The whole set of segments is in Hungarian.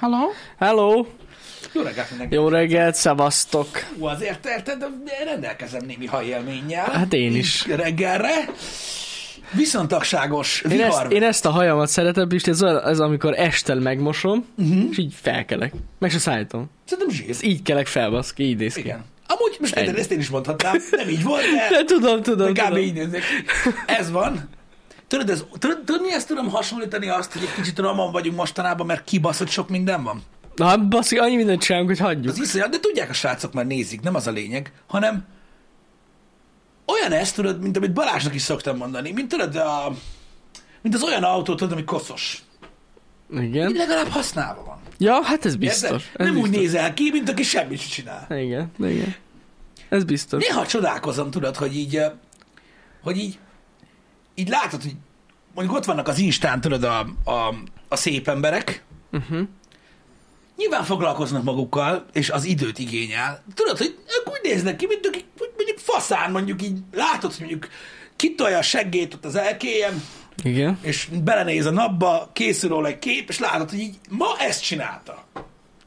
Hello? Hello! Jó reggelt mindenki. Jó reggelt, szevasztok! Jó. Azért érted, de rendelkezem némi hajélménnyel. Hát én is. Reggelre. Viszontagságos Én vihar. ezt, én ezt a hajamat szeretem, Pisti, ez, olyan- ez amikor estel megmosom, Mhm. uh-huh. és így felkelek. Meg se szállítom. Szerintem zsír. Ez így kelek fel, baszki, így néz ki. Igen. Amúgy, most Ennyi. érted, ezt én is mondhatnám. Nem így volt, de, De tudom, tudom, de kb. tudom. így nézek. Ez van. Tudod, ez, tudod, tudod, mi ezt tudom hasonlítani azt, hogy egy kicsit ramon vagyunk mostanában, mert kibaszott sok minden van? Na, hát baszki, annyi mindent csinálunk, hogy hagyjuk. Az iszonyat, de tudják a srácok, már nézik, nem az a lényeg, hanem olyan ez, tudod, mint amit Balázsnak is szoktam mondani, mint tudod, a, mint az olyan autó, tudod, ami koszos. Így Igen. legalább használva van. Ja, hát ez Érted? biztos. Ez Nem biztos. úgy nézel ki, mint aki semmit sem csinál. Igen, igen. Ez biztos. Néha csodálkozom, tudod, hogy így, ö, hogy így, így látod, hogy mondjuk ott vannak az Instán, tudod, a, a, a szép emberek, Uh-huh. nyilván foglalkoznak magukkal, és az időt igényel. Tudod, hogy ők úgy néznek ki, mint akik úgy mondjuk faszán, mondjuk így látod, hogy mondjuk kitolja a seggét ott az elkéjen, Igen. és belenéz a napba, készül róla egy kép, és látod, hogy így ma ezt csinálta.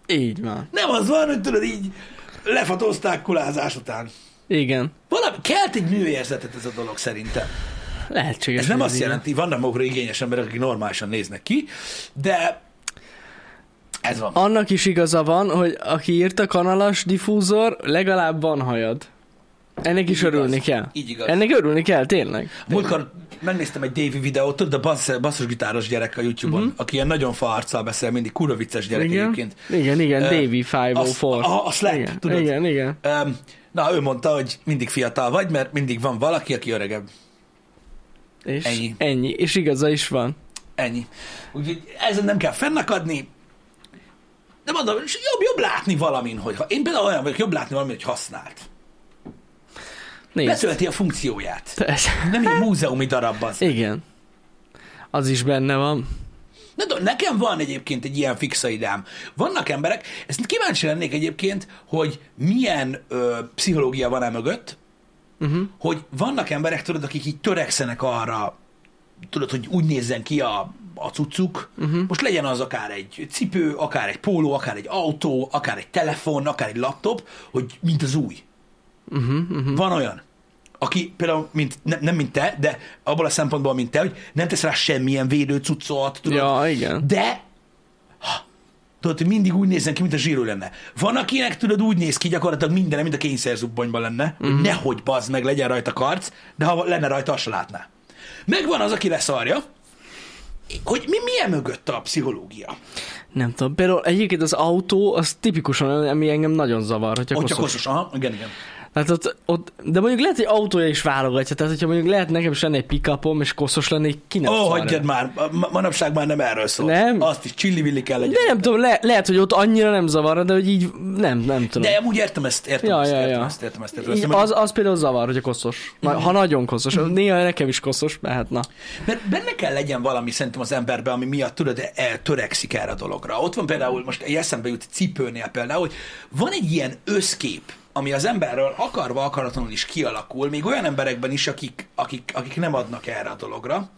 Így van. Nem az van, hogy tudod, így lefatózták kulázás után. Igen. Valami, kelt egy műérzetet ez a dolog szerintem. Lehetséges. Ez nem hogy azt igen. jelenti, vannak magukra igényes emberek, akik normálisan néznek ki, de ez van. Annak is igaza van, hogy aki írt a kanalas diffúzor, legalább van hajad. Ennek is Így igaz. örülni kell. Így igaz. Ennek örülni kell, tényleg. Múltkor megnéztem egy Davey videót, tudod, a bassz, basszusgitáros gyerek a YouTube-on, uh-huh. aki ilyen nagyon fa arccal beszél, mindig kurva vicces gyerek igen. egyébként. Mhm. Igen, igen, Ö, Davy azt- 504. a- a slap, igen, tudod? Igen, igen. Um, na, ő mondta, hogy mindig fiatal vagy, mert mindig van valaki, aki öregebb. És Ennyi. ennyi. ennyi. És igaza is van. Ennyi. Úgyhogy ezen nem kell fennakadni. De mondom, és jobb, jobb látni valamin, hogyha én például olyan vagyok, jobb látni valamin, hogy használt. Nézd. Betölti a funkcióját. Te Ez, Nem egy múzeumi darabban. igen. Az is benne van. Na, de nekem van egyébként egy ilyen fixa idám. Vannak emberek, ezt kíváncsi lennék egyébként, hogy milyen ö, pszichológia van e mögött, Uh-huh. hogy vannak emberek, tudod, akik így törekszenek arra, tudod, hogy úgy nézzen ki a, a cuccuk, Mhm. uh-huh. most legyen az akár egy cipő, akár egy póló, akár egy autó, akár egy telefon, akár egy laptop, hogy mint az új. Uh-huh, uh-huh. Van olyan, aki például, mint, nem, nem mint te, de abból a szempontból, mint te, hogy nem tesz rá semmilyen védő cuccot, tudod, Ja, igen. de ha, tudod, hogy mindig úgy nézzen ki, mint a zsíró lenne. Van, akinek tudod, úgy néz ki gyakorlatilag minden, mint a kényszerzubbonyban lenne, mm. Mhm. hogy nehogy bazd meg, legyen rajta karc, de ha lenne rajta, azt se látná. Megvan az, aki leszarja, hogy mi milyen mögött a pszichológia. Nem tudom. Például egyébként az autó, az tipikusan olyan, ami engem nagyon zavar, hogyha Hogyha koszos. koszos, aha, igen, igen. Tehát ott, ott, de mondjuk lehet, hogy autója is válogatja. Tehát, hogyha mondjuk lehet nekem is lenne egy pickupom, és koszos lennék, ki nem Ó, szarja. oh, hagyjad már, ma- manapság már nem erről szól. Nem? Azt is csillivilli kell legyen. De nem tudom, le, lehet, hogy ott annyira nem zavarna, de hogy így nem, nem tudom. De amúgy értem ezt, értem, Ja, ezt, ja, értem ja. ezt, értem ezt, értem Mhm. Így, ezt. az, az például zavar, hogy a koszos. Na, ha nagyon koszos. Néha nekem is koszos, mert hát na. Mert benne kell legyen valami szerintem az emberben, ami miatt tudod, el- törekszik erre a dologra. Ott van például, most egy eszembe jut cipőnél például, hogy van egy ilyen összkép, ami az emberről akarva akaratlanul is kialakul, még olyan emberekben is, akik, akik, akik nem adnak erre a dologra,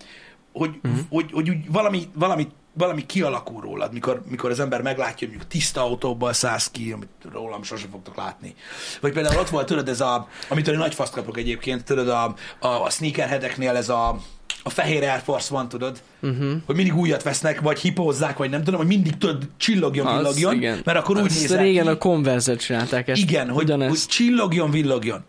hogy, uh-huh. hogy, hogy úgy valami, valami, valami kialakul rólad, mikor, mikor az ember meglátja, hogy mondjuk tiszta autóból szállsz ki, amit rólam sosem fogtok látni. Vagy például ott volt, tudod, ez a, amitől én nagy faszt kapok egyébként, tudod, a, a, a sneakerheadeknél ez a, a fehér Air Force van, tudod, Mhm. uh-huh. hogy mindig újat vesznek, vagy hipózzák, vagy nem tudom, hogy mindig tudod, csillogjon, Az, villogjon, igen. mert akkor úgy Azt nézel régen ki, a konverzet csinálták ezt. igen, hogy, ugyanezt. hogy csillogjon, villogjon.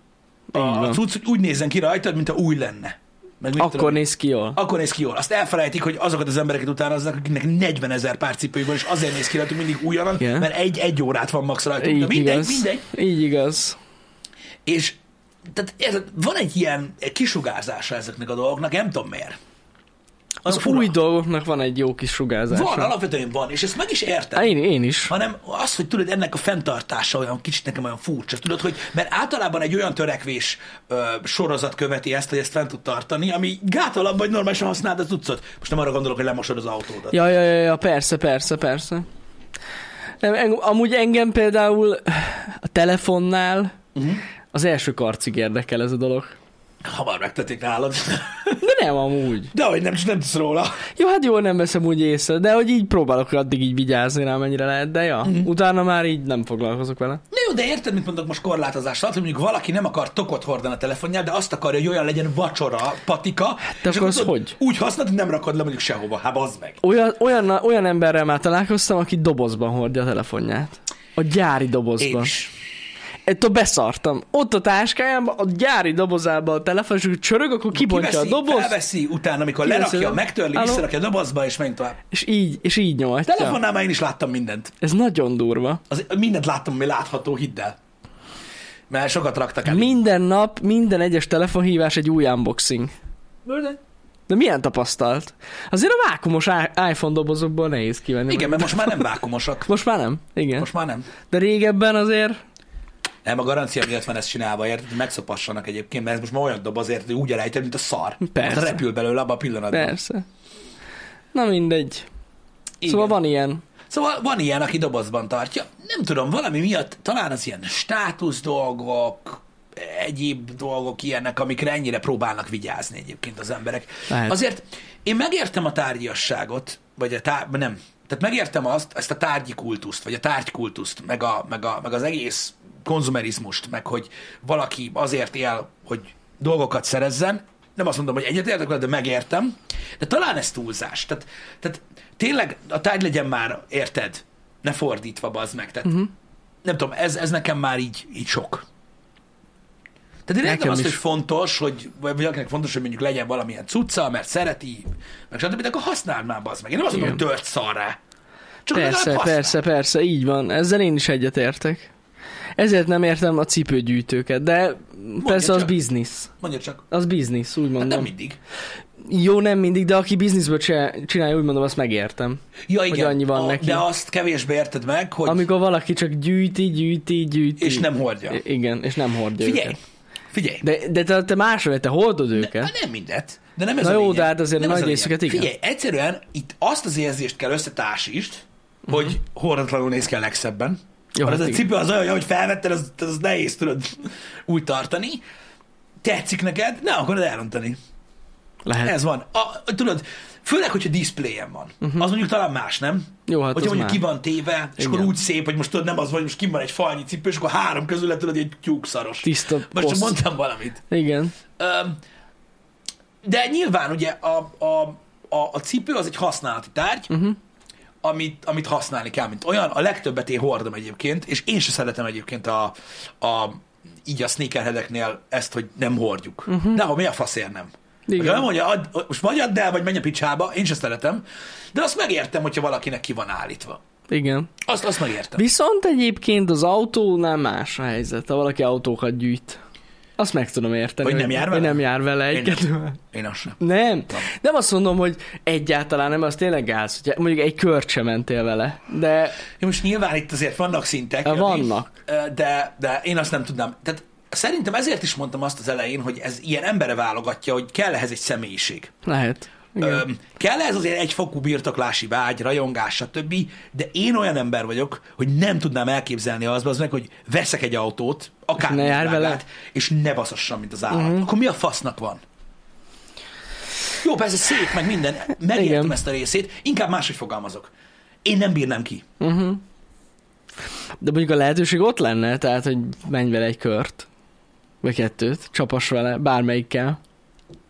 A, Így a van. cucc úgy nézzen ki rajtad, mint a új lenne. Meg mit Akkor tudom én. néz ki jól. Akkor néz ki jól. Azt elfelejtik, hogy azokat az embereket utánoznak, akiknek 40 ezer pár cipőjük van, és azért néz ki rajtuk mindig újonnan, Igen. mert egy-egy órát van max rajtuk. De Így mindegy, igaz. mindegy. Így igaz. És tehát érted, van egy ilyen kisugárzása ezeknek a dolgoknak, nem tudom miért. Az fura. új dolgoknak van egy jó kis sugárzása. Van, alapvetően van, és ezt meg is értem. Há, Én, én is. hanem az, hogy tudod, ennek a fenntartása olyan kicsit nekem olyan furcsa. Tudod, hogy mert általában egy olyan törekvés ö, sorozat követi ezt, hogy ezt fent tud tartani, ami gátol abban, hogy normálisan használd az utcot. Most nem arra gondolok, hogy lemosod az autódat. Ja, ja, ja, ja, persze, persze, persze. Nem, en, amúgy engem Mhm. például a telefonnál uh-huh. az első karcig érdekel ez a dolog. Hamar megtették nálad. De nem amúgy. De hogy nem, nem tudsz róla. Jó, hát jó, nem veszem úgy észre, de hogy így próbálok addig így vigyázni rá, mennyire lehet, de ja. Mhm. Mm. Utána már így nem foglalkozok vele. Na jó, de érted, mit mondok most korlátozás alatt, hogy mondjuk valaki nem akar tokot hordani a telefonját, de azt akarja, hogy olyan legyen vacsora, patika. Hát akkor az hogy? Úgy használod, hogy nem rakod le mondjuk sehova. Hát bazd meg. Olyan, olyan, olyan emberrel már találkoztam, aki dobozban hordja a telefonját. A gyári Én dobozban. is. Ettől beszartam. Ott a táskájában, a gyári dobozában a telefon, és akkor csörög, akkor kibontja Kiveszi, a doboz, Felveszi, utána, amikor Kiveszi, lerakja, nem? megtörli, Álló? visszarakja a dobozba, és menj tovább. és így, és így nyomatja. Telefonnál már én is láttam mindent. Ez nagyon durva. Az, mindent láttam, ami látható, hidd el. Mert sokat raktak el. Minden nap, minden egyes telefonhívás egy új unboxing. De milyen tapasztalt? Azért a vákumos i- iPhone dobozokból nehéz kivenni. Igen, mert most már nem vákumosak. Most már nem. Igen. Most Most... már nem. De régebben azért... Nem, a garancia miatt van ezt csinálva, érted? Hogy Megszopassanak egyébként, mert ez most már olyan dob azért, hogy úgy elejted, mint a szar. Persze. Hát repül belőle abban a pillanatban. Persze. Na mindegy. Igen. Szóval van ilyen. szóval van ilyen, aki dobozban tartja. Nem tudom, valami miatt talán az ilyen státusz dolgok, egyéb dolgok ilyenek, amikre ennyire próbálnak vigyázni egyébként az emberek. Lehet. Azért én megértem a tárgyasságot, vagy a tá- nem, tehát megértem azt, ezt a tárgyi kultuszt, vagy a tárgykultuszt, meg, a, meg, a, meg az egész konzumerizmust, meg hogy valaki azért él, hogy dolgokat szerezzen, nem azt mondom, hogy egyetértek vele, de megértem, de talán ez túlzás. Tehát, tehát tényleg a tárgy legyen már, érted, ne fordítva, bazd meg. Mhm. Tehát, uh-huh. Nem tudom, ez, ez nekem már így, így sok. Tehát én értem Nekem azt, is. hogy fontos, hogy, vagy vagy akinek fontos, hogy mondjuk legyen valamilyen cucca, mert szereti, meg stb. De akkor használd már, bazd meg. Én nem azt mondom, Igen. hogy tört szarrá. Csak Persze, legalább használd. persze, persze, így van. Ezzel én is egyetértek. Ezért nem értem a cipőgyűjtőket, de persze az csak. Hát biznisz. Mondja csak. Hát Az biznisz, úgy mondom. nem mindig. Jó, nem mindig, de aki bizniszből csinál- csinálja, úgy mondom, azt megértem. Ja, Hogy igen. annyi van a, neki. De azt kevésbé érted meg, hogy Amikor... Amikor valaki csak gyűjti, gyűjti, gyűjti. és nem hordja. I- Igen, és nem hordja Figyelj, őket. figyelj. De, de te, te máshol, te hordod Hát őket. nem mindet, de nem ez Na a jó, lényeg. de hát azért nem ez a nagy lényeg. részüket igen. Figyelj, egyszerűen itt azt az érzést kell összetársítsd, hogy uh-huh. Mhm. hordatlanul néz ki a legszebben. Jó, Jó, mert hát az a igen. cipő az olyan, hogy felvetted, az, az nehéz tudod úgy tartani. Tetszik neked, ne akarod elrontani. Lehet. Ez van. A, tudod, főleg, hogyha displayen van. Uh-huh. Az mondjuk talán más, nem? Jó, Mhm. hát Hogyha az mondjuk már. ki van téve, és akkor Igen. úgy szép, hogy most tudod, nem az vagy, most kim van egy falnyi cipő, és akkor három közül le tudod, egy tyúkszaros. Tiszta Most csak poszt. mondtam valamit. Igen. Öm, De nyilván ugye a, a, a, a cipő az egy használati tárgy, Mhm. uh-huh. amit, amit használni kell, mint olyan. A legtöbbet én hordom egyébként, és én se szeretem egyébként a, a így a sneakerhedeknél ezt, hogy nem hordjuk. Uh-huh. De ha mi a faszért nem? Mhm. Igen. Igen. Nem mondja, add, most vagy add el, vagy menj a picsába, én se szeretem, de azt megértem, hogyha valakinek ki van állítva. Igen. Azt, azt megértem. Viszont egyébként az autónál más a helyzet, ha valaki autókat gyűjt. Azt meg tudom érteni. Vagy nem jár hogy vele? nem jár vele egy Én kettővel. Én azt sem. Nem. Nem azt mondom, hogy egyáltalán nem, az tényleg gáz, hogy mondjuk egy kört sem mentél vele, de Jó, most nyilván itt azért vannak szintek. Jani, Vannak. ö, De, de én azt nem tudnám. Tehát szerintem ezért is mondtam azt az elején, hogy ez ilyen embere válogatja, hogy kell ehhez egy személyiség. lehet. Igen. Öm, kell ez azért egyfokú birtoklási vágy, rajongás, stb. De én olyan ember vagyok, hogy nem tudnám elképzelni azt, az meg, hogy veszek egy autót, akár Ne jár vele. Mhm. és ne baszassam, mint az állat. Uh-huh. Akkor mi a fasznak van? Jó, persze szép, meg minden. Megértem Igen. ezt a részét. Inkább máshogy fogalmazok. Én nem bírnám ki. De mondjuk a lehetőség ott lenne, tehát, hogy menj vele egy kört, vagy kettőt, csapas vele, bármelyikkel.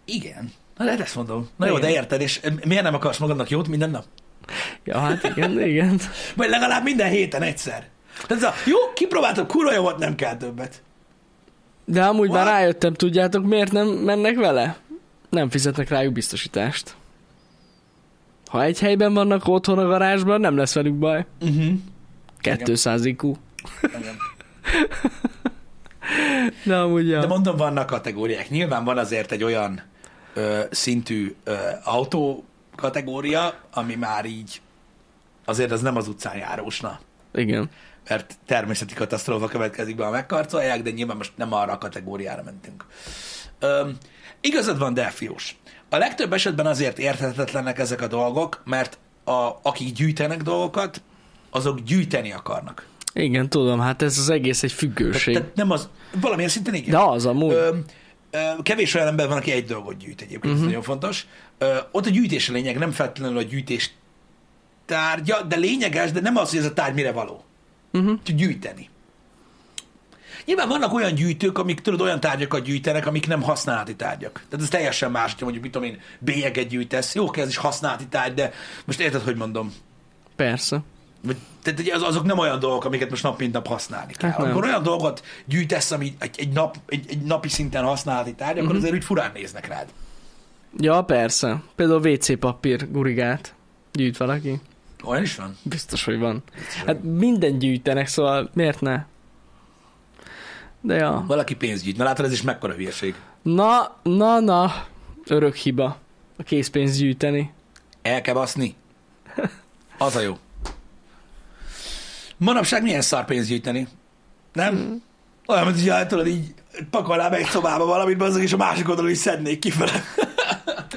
Igen. Na, lehet ezt mondom. Na jó, Igen. de érted, és miért nem akarsz magadnak jót minden nap? Ja, hát igen, igen. Vagy legalább minden héten egyszer. Tehát ez a, jó, kipróbáltam, kurva jó volt, nem kell többet. De amúgy már What? rájöttem, tudjátok, miért nem mennek vele? Nem fizetnek rájuk biztosítást. Ha egy helyben vannak otthon a garázsban, nem lesz velük baj. Uh-huh. 200 IQ. De amúgy ja. De mondom, vannak kategóriák. Nyilván van azért egy olyan ö, szintű ö, autó kategória, ami már így azért az nem az utcán járósna. Igen. Mert természeti katasztrófa következik be, ha megkarcolják, de nyilván most nem arra a kategóriára mentünk. Öm, igazad van, Delfiós. A legtöbb esetben azért érthetetlenek ezek a dolgok, mert a, akik gyűjtenek dolgokat, azok gyűjteni akarnak. Igen, tudom, hát ez az egész egy függőség. Tehát nem az, valamilyen szinten igen. De az amúgy. Ö, Ö, Kevés olyan ember van, aki egy dolgot gyűjt egyébként, uh-huh. ez nagyon fontos. Ö, Ott a gyűjtés a lényeg, nem feltétlenül a gyűjtés tárgya, de lényeges, de nem az, hogy ez a tárgy mire való. Uh-huh. Gyűjteni. Nyilván vannak olyan gyűjtők, amik tudod, olyan tárgyakat gyűjtenek, amik nem használati tárgyak. Tehát ez teljesen más, hogy mondjuk, mit tudom én, bélyeget gyűjtesz. Jó, oké, ez is használati tárgy, de most érted, hogy mondom. Persze. Vagy- Tehát ugye az, azok nem olyan dolgok, amiket most nap mint nap használni kell. Hát Hát nem. Amikor olyan dolgot gyűjtesz, ami egy, egy, nap, egy, egy napi szinten használati tárgy, Mhm. akkor azért úgy furán néznek rád. Ja, persze. Például WC papír gurigát gyűjt valaki. Olyan is van? Biztos, hogy van. Hát minden gyűjtenek, szóval miért ne? De ja. Valaki pénzt gyűjt. Na látod, ez is mekkora hülyeség. Na, na, na. Örök hiba. A készpénz gyűjteni. El kell baszni. Az a jó. Manapság milyen szar pénzt gyűjteni? Nem? Mhm. Mm. Olyan, mint hogy tudod, így pakolnám egy szobába valamit, azok és a másik oldalon is szednék kifele.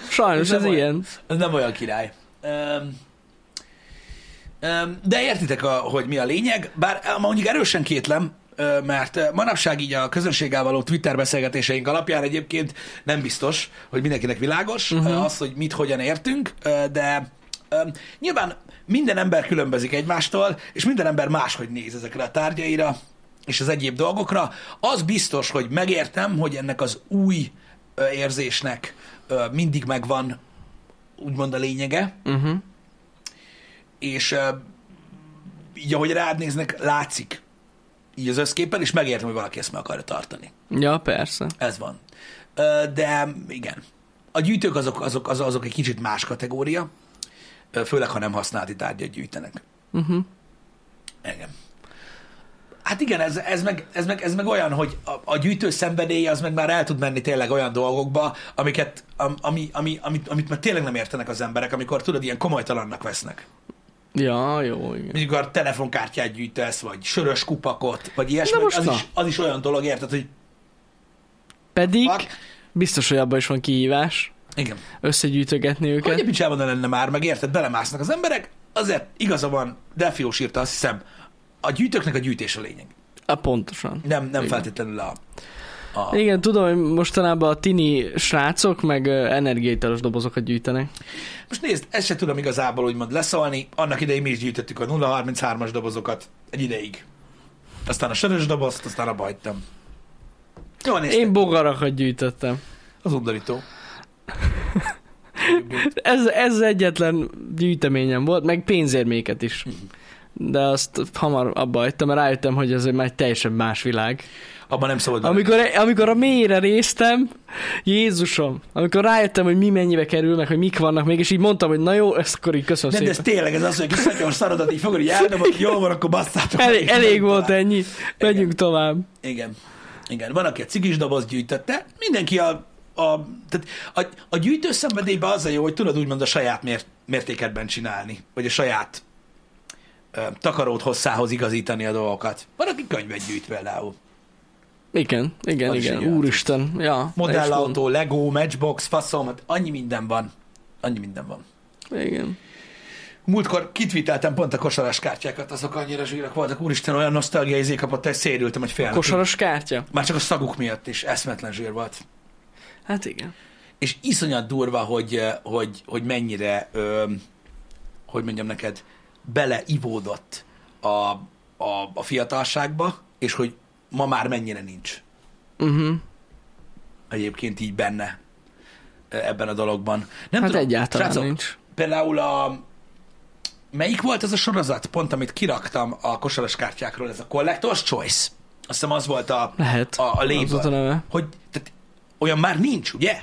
Sajnos És nem ez olyan. ilyen. Ez nem olyan király. Um, um, de értitek, a, hogy mi a lényeg, bár eh, mondjuk erősen kétlem, ö, mert eh, manapság így a közönséggel való Twitter beszélgetéseink alapján egyébként nem biztos, hogy mindenkinek világos uh-huh. az, hogy mit hogyan értünk, ö, de um, nyilván minden ember különbözik egymástól, és minden ember máshogy néz ezekre a tárgyaira, és az egyéb dolgokra. Az biztos, hogy megértem, hogy ennek az új ö, érzésnek ö, mindig megvan úgymond a lényege, Uh-huh. és ö, így ahogy rád néznek, látszik így az összképpen, és megértem, hogy valaki ezt meg akarja tartani. Ja, persze. Ez van. Ö, De igen, a gyűjtők azok, azok, azok, azok egy kicsit más kategória, ö, főleg, ha nem használati tárgyat gyűjtenek. Uh-huh. Igen. Hát igen, ez, ez, meg, ez, meg, ez meg olyan, hogy a, a gyűjtő szenvedélye az meg már el tud menni tényleg olyan dolgokba, amiket, am, ami, ami, amit, amit már tényleg nem értenek az emberek, amikor tudod, ilyen komolytalannak vesznek. Ja, jó, igen. mondjuk a telefonkártyát gyűjtesz, vagy sörös kupakot, vagy ilyesmi, Na most az na. is, az is olyan dolog, érted, hogy Pedig fuck. biztos, hogy abban is van kihívás. Igen. Összegyűjtögetni Hogy a őket. picsában ne lenne már, meg érted, belemásznak az emberek, azért igaza van, Delfiós írta, azt hiszem, a gyűjtőknek a gyűjtés a lényeg. A, Hát pontosan. Nem, nem Igen. feltétlenül a... a... Igen, tudom, hogy mostanában a tini srácok meg ö, energiaitalos dobozokat gyűjtenek. Most nézd, ezt se tudom igazából úgymond leszalni, annak idején mi is gyűjtöttük a 033-as dobozokat egy ideig. Aztán a sörös dobozt, aztán abba hagytam. Jó, nézd, Én bogarakat gyűjtöttem. az undorító. Ez, ez egyetlen gyűjteményem volt, meg pénzérméket is. De azt hamar abba hagytam, mert rájöttem, hogy ez már egy teljesen más világ. Abban nem szabad bele- Amikor, amikor a mélyre néztem, Jézusom, amikor rájöttem, hogy mi mennyibe kerül, meg hogy mik vannak még, és így mondtam, hogy na jó, ezt akkor így köszönöm Nem, de ez szépen. tényleg ez az, hogy kis szatyor szarodat így fogod, így eldobod, hogy jól van, akkor basszátok. Elég, elég volt egy. ennyi, megyünk tovább. Igen. Igen, van, aki a cigis doboz gyűjtötte, mindenki a, a, tehát a, a gyűjtő szenvedélyben az a jó, hogy tudod úgymond a saját mért, mértékedben csinálni, vagy a saját ö, takarót hosszához igazítani a dolgokat. Van, aki könyvet gyűjt például. Igen, igen, Az is igen, egy olyan úristen. Ja, és Modellautó, Lego, Matchbox, faszom, hát annyi minden van. Annyi minden van. van. Igen. Múltkor kitviteltem pont a kosaras kártyákat, azok annyira zsírak voltak, úristen, olyan nosztalgiai izé kapott, hogy szédültem egy fél napig. Kosaras kártya? Már csak a szaguk miatt is eszmetlen zsír volt. Hát igen. És iszonyat durva, hogy, hogy, hogy mennyire, ö, hogy mondjam neked, beleivódott a, a, a fiatalságba, és hogy ma már mennyire nincs Uh-huh. egyébként így benne ö, ebben a dologban. Nem Hát tudom, egyáltalán srácok, nincs. Például a... Melyik volt az a sorozat, pont amit kiraktam a kosaras kártyákról, ez a Collector's Choice? Azt hiszem az volt a, Lehet. a, a az volt a label. neve. Hogy tehát, olyan már nincs, ugye?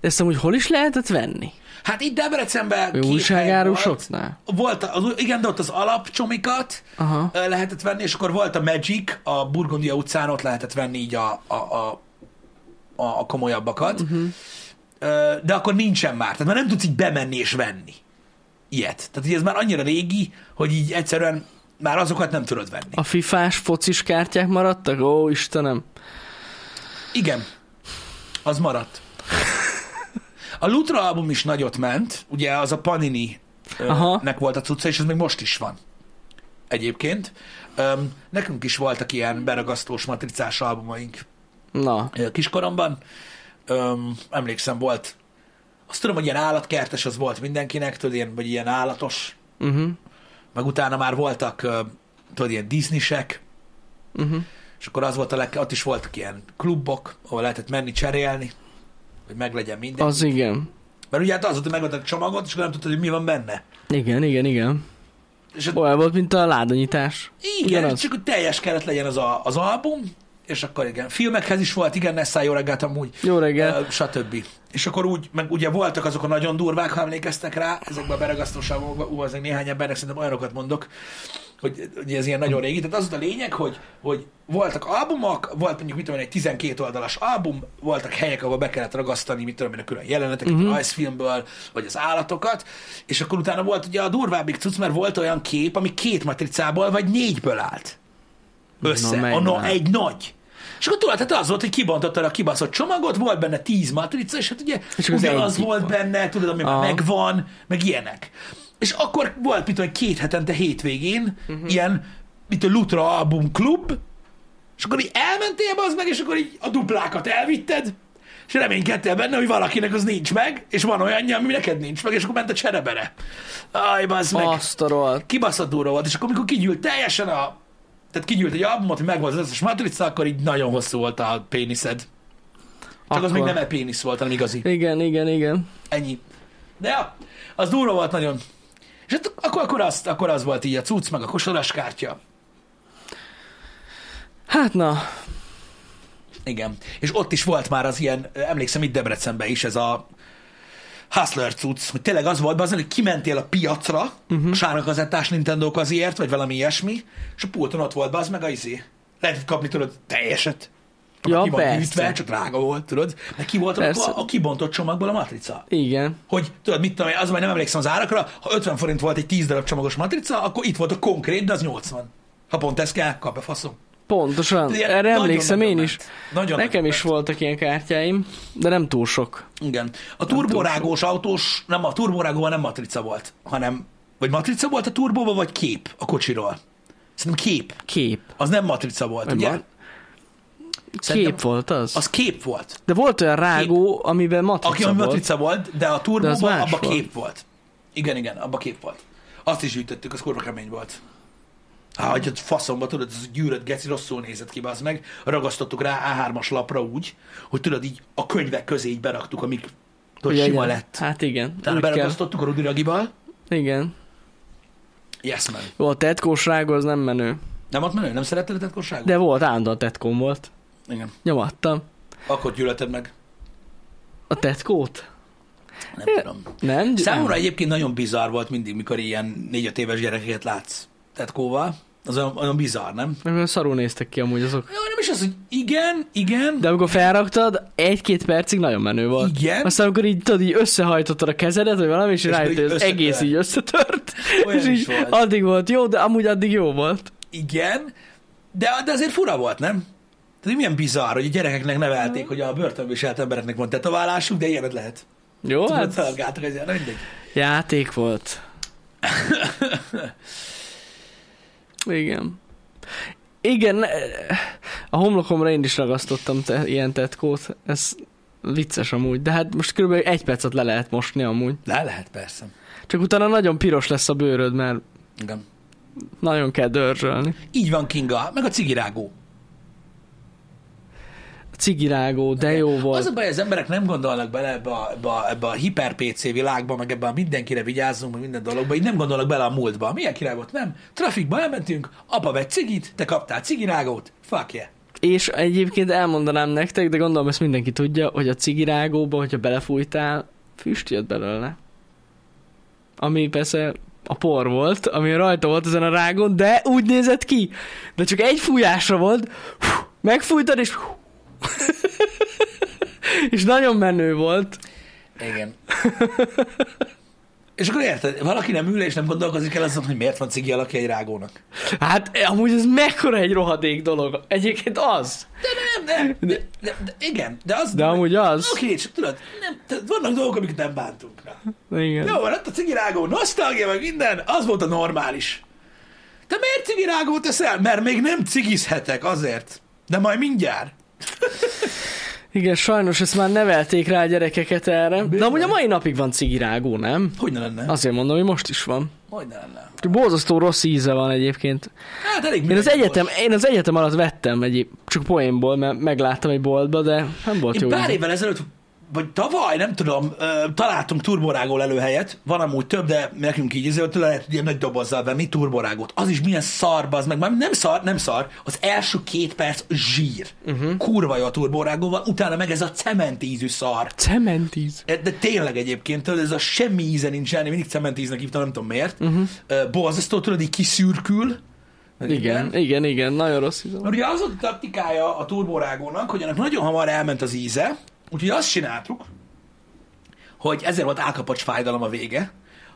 De ezt amúgy hol is lehetett venni? Hát itt Debrecenben Ő két hely újságárusoknál? Volt, volt az, igen, de ott az alapcsomikat Aha. ö, lehetett venni, és akkor volt a Magic, a Burgundia utcán ott lehetett venni így a, a, a, a, a komolyabbakat. Uh-huh. De akkor nincsen már, tehát már nem tudsz így bemenni és venni ilyet. Tehát így ez már annyira régi, hogy így egyszerűen már azokat nem tudod venni. A fifás focis kártyák maradtak? Ó, Istenem. Igen, az maradt. A Lutra album is nagyot ment, ugye az a Panini ö, Aha. nek volt a cucca, és ez még most is van. Egyébként. Öm, nekünk is voltak ilyen beragasztós matricás albumaink. Na, ö, kiskoromban. Öm, emlékszem, volt, azt tudom, hogy ilyen állatkertes az volt mindenkinek, tudod, ilyen, vagy ilyen állatos, uh-huh, meg utána már voltak, ö, tudod, ilyen disneysek, uh-huh. és akkor az volt a leg, ott is voltak ilyen klubok, ahol lehetett menni cserélni, hogy meglegyen minden. Az... az igen. Mert ugye hát az volt, hogy megvetted a csomagot, és akkor nem tudtad, hogy mi van benne. Igen, igen, igen. És a... Olyan volt, mint a ládanyítás. Igen, Ugyanaz. csak hogy teljes keret legyen az, a, az album, és akkor igen, filmekhez is volt, igen, Nessá, jó reggelt amúgy. Jó reggel. Ö, stb. És akkor úgy, meg ugye voltak azok a nagyon durvák, ha emlékeztek rá, ezekbe a beragasztóságokban, ú, ezek néhány embernek szerintem olyanokat mondok, hogy, hogy ez ilyen nagyon régi. Tehát az volt a lényeg, hogy, hogy voltak albumok, volt mondjuk, mit tudom én, egy 12 oldalas album, voltak helyek, ahol be kellett ragasztani, mit tudom én, a külön jeleneteket Mhm. uh-huh. a rajzfilmből, vagy az állatokat, és akkor utána volt ugye a durvábbik cucc, mert volt olyan kép, ami két matricából, vagy négyből állt össze, Na, no, menj a no, már. egy nagy. És akkor tudod, hát az volt, hogy kibontottad a kibaszott csomagot, volt benne tíz matrica, és hát ugye És és akkor az ugyanaz egyik volt volt. benne, tudod, ami már Aha. megvan, meg ilyenek. És akkor volt, mit tudom, két hetente hétvégén Mhm. uh-huh. ilyen, mint a Lutra Album Klub, és akkor így elmentél az meg, és akkor így a duplákat elvitted, és reménykedtél benne, hogy valakinek az nincs meg, és van olyanja, ami neked nincs meg, és akkor ment a cserebere. Aj, bazd meg Azt a rohadt. kibaszott durva volt, és akkor mikor kigyűlt teljesen a... Tehát kigyűlt egy albumot, hogy megvolt az összes matrica, akkor így nagyon hosszú volt a péniszed. Csak akkor... az még nem e pénisz volt, hanem igazi. Igen, igen, igen. Ennyi. De ja, az durva volt nagyon. És hát akkor, akkor, az, akkor az volt így a cucc, meg a kosaras kártya. Hát na, Igen. És ott is volt már az ilyen, emlékszem itt Debrecenben is ez a Hustler cucc, hogy tényleg az volt be az, hogy kimentél a piacra, Mhm. uh-huh. sárga kazettás Nintendo azért, vagy valami ilyesmi, és a pulton ott volt be az meg a izé. Lehetett kapni tőled teljeset. Ja, ki volt persze. hűtve, csak drága volt, tudod. De ki volt Persze. a, a kibontott csomagból a matrica. igen. Hogy tudod, mit tudom én, az már nem emlékszem az árakra, ha 50 forint volt egy 10 darab csomagos matrica, akkor itt volt a konkrét, de az 80. Ha pont ez kell, kap a faszom. Pontosan, Ilyen erre nagyon-nagyon emlékszem én is. ment. Nagyon-nagyon Nekem is ment. voltak ilyen kártyáim, de nem túl sok. Igen. A turborágós autós, nem a turborágóban nem matrica volt, hanem, vagy matrica volt a turbóban, vagy kép a kocsiról. Szerintem kép. Kép. Az nem matrica volt, Nem ugye? mat- Szerintem Kép volt az. Az kép volt. De volt olyan rágó, amiben Aki matrica ami volt. matrica volt, de a turbóban más abba volt. kép volt. Igen, igen, abba kép volt. Azt is gyűjtöttük, az kurva kemény volt. Há, hogy ott faszomba, tudod, ez a gyűrött geci rosszul nézett ki, az meg. Ragasztottuk rá A3-as lapra úgy, hogy tudod, így a könyvek közé így beraktuk, amik tudod, Ugye, sima igen. lett. Hát igen. Utána úgy kell. beragasztottuk a rudiragival. Igen. Yes, man. Jó, a tetkós rágó az nem menő. Nem ott menő? Nem szeretted a tetkosságot? De volt, állandóan tetkóm volt. Igen. Nyomattam. Akkor gyűlölted meg. A tetkót? Nem tudom. Nem? Gy- Számomra nem. egyébként nagyon bizarr volt mindig, mikor ilyen négy-öt éves gyerekeket látsz tetkóval. Az olyan, olyan bizarr, nem? Meg olyan szarul néztek ki amúgy azok. Jó, nem is az, hogy igen, igen, De amikor felraktad, egy-két percig nagyon menő volt. Igen. Aztán amikor így, tudod, így összehajtottad a kezedet, vagy valami, és, És és rájött, így hogy az összetört. egész így összetört. Olyan és is így volt. addig volt jó, de amúgy addig jó volt. igen, de, de azért fura volt, nem? Tehát hogy milyen bizarr, hogy a gyerekeknek nevelték, hogy a börtönbe is állt embereknek van tetoválásuk, de ilyenet lehet. Jó, Tudod, hát találgáltak ezzel, na mindegy. játék volt. Igen. Igen, ne- a homlokomra én is ragasztottam te, ilyen tetkót. Ez vicces amúgy, de hát most kb. egy percet le lehet mosni amúgy. Le lehet, persze. Csak utána nagyon piros lesz a bőröd, mert Igen. nagyon kell dörzsölni. Így van Kinga, meg a cigirágó. Cigirágó, de jó volt. Az a baj, az emberek nem gondolnak bele ebbe a, ebbe a, ebbe a hiper-PC világba, meg ebbe a mindenkire vigyázzunk, meg minden dologba, így nem gondolnak bele a múltba. Milyen király volt, nem? Trafikba elmentünk, apa vett cigit, te kaptál cigirágót, fuck yeah. És egyébként elmondanám nektek, de gondolom ezt mindenki tudja, hogy a cigirágóba, hogyha belefújtál, füst jött belőle. Ami persze a por volt, ami rajta volt ezen a rágon, de úgy nézett ki. De csak egy fújásra volt, hú, megfújtad, és hú. és nagyon menő volt. Igen. És akkor érted, valaki nem ül és nem gondolkozik el azon, hogy miért van cigi alakja egy rágónak. Hát amúgy ez mekkora egy rohadék dolog. Egyébként az. De nem, nem, de, de, de, igen, de az... De amúgy az. Oké, csak tudod, nem, tehát vannak dolgok, amiket nem bántunk rá. Igen. Jó, van, ott a cigirágó, nosztalgia, meg minden, az volt a normális. Te miért cigirágót teszel? Mert még nem cigizhetek, azért. De majd mindjárt. Igen, sajnos ezt már nevelték rá a gyerekeket erre. De amúgy a mai napig van cigirágó, nem? Hogy ne lenne? Azért mondom, hogy most is van. Hogy ne lenne? Borzasztó rossz íze van egyébként. Hát elég Én az, mindegy egyetem, volt. én az egyetem alatt vettem egy, csak poénból, mert megláttam egy boltba, de nem volt Én jó. pár íze. évvel ezelőtt, vagy tavaly, nem tudom, ö, találtunk turborágó lelőhelyet, van amúgy több, de nekünk így izé, ott lehet ilyen nagy dobozzal venni turborágót. Az is milyen szar, az meg, már nem szar, nem szar, az első két perc zsír. Mhm. Uh-huh. Kurva jó a turborágóval, utána meg ez a cement ízű szar. Cementíz. E, De tényleg egyébként, tudod, ez a semmi íze nincsen, én mindig cementíznek hívtam, nem tudom miért. Uh-huh. Borzasztó, tudod, így kiszürkül. Mhm. Igen, igen, igen, nagyon rossz íze van. Mert ugye az volt a taktikája a turborágónak, hogy annak nagyon hamar elment az íze, úgyhogy azt csináltuk, hogy ezért volt állkapacs fájdalom a vége,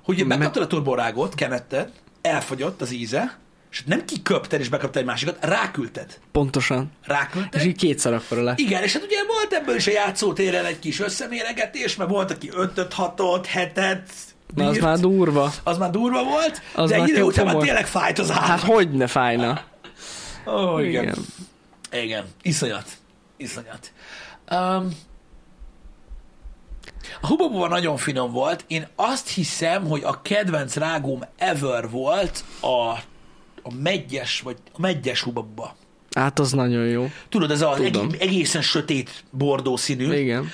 hogy megkaptad a turborágót, kenetted, elfogyott az íze, és nem kiköpted és bekaptad egy másikat, ráküldted. Pontosan. Ráküldted. És így kétszer akkora lett. Igen, és hát ugye volt ebből is a játszótéren egy kis összeméregetés, mert volt, aki 5-öt, 6-ot, 7-et, Na, az bírt. már durva. az már durva volt, Az de egy már idő után már komoly. tényleg fájt az állam. Hát hogy ne fájna? Ó, igen. Igen. Igen, iszonyat. Iszonyat. Um, a hubabuba nagyon finom volt. Én azt hiszem, hogy a kedvenc rágóm ever volt a, a megyes, vagy a megyes hubabuba. Hát az nagyon jó. Tudod, ez az Tudom. eg- egészen sötét bordó színű. Igen.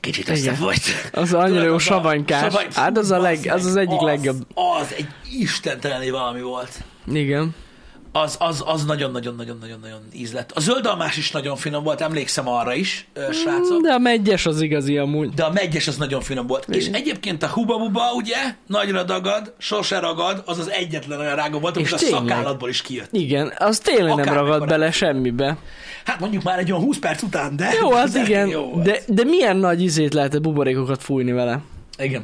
Kicsit összefolyt. Az annyira Tudod, jó az a- savanykás. savany- Hát az a leg- Basz az az meg, egyik legjobb. Az egy istentelen valami volt. Igen. Az, az, az nagyon-nagyon-nagyon-nagyon-nagyon ízlett. A zöldalmás is nagyon finom volt, emlékszem arra is, ö, srácok. Mm, De a megyes az igazi amúgy. De a megyes az nagyon finom volt. És egyébként a hubabuba, ugye, nagyra dagad, sose ragad, az az egyetlen olyan rágó volt, amit És a tényleg. szakállatból is kijött. Igen, az tényleg nem Akármikor ragad bele elfogy. semmibe. Hát mondjuk már egy olyan 20 perc után, de... Jó, az de igen, jó volt. de, de milyen nagy izét lehet buborékokat fújni vele? Igen.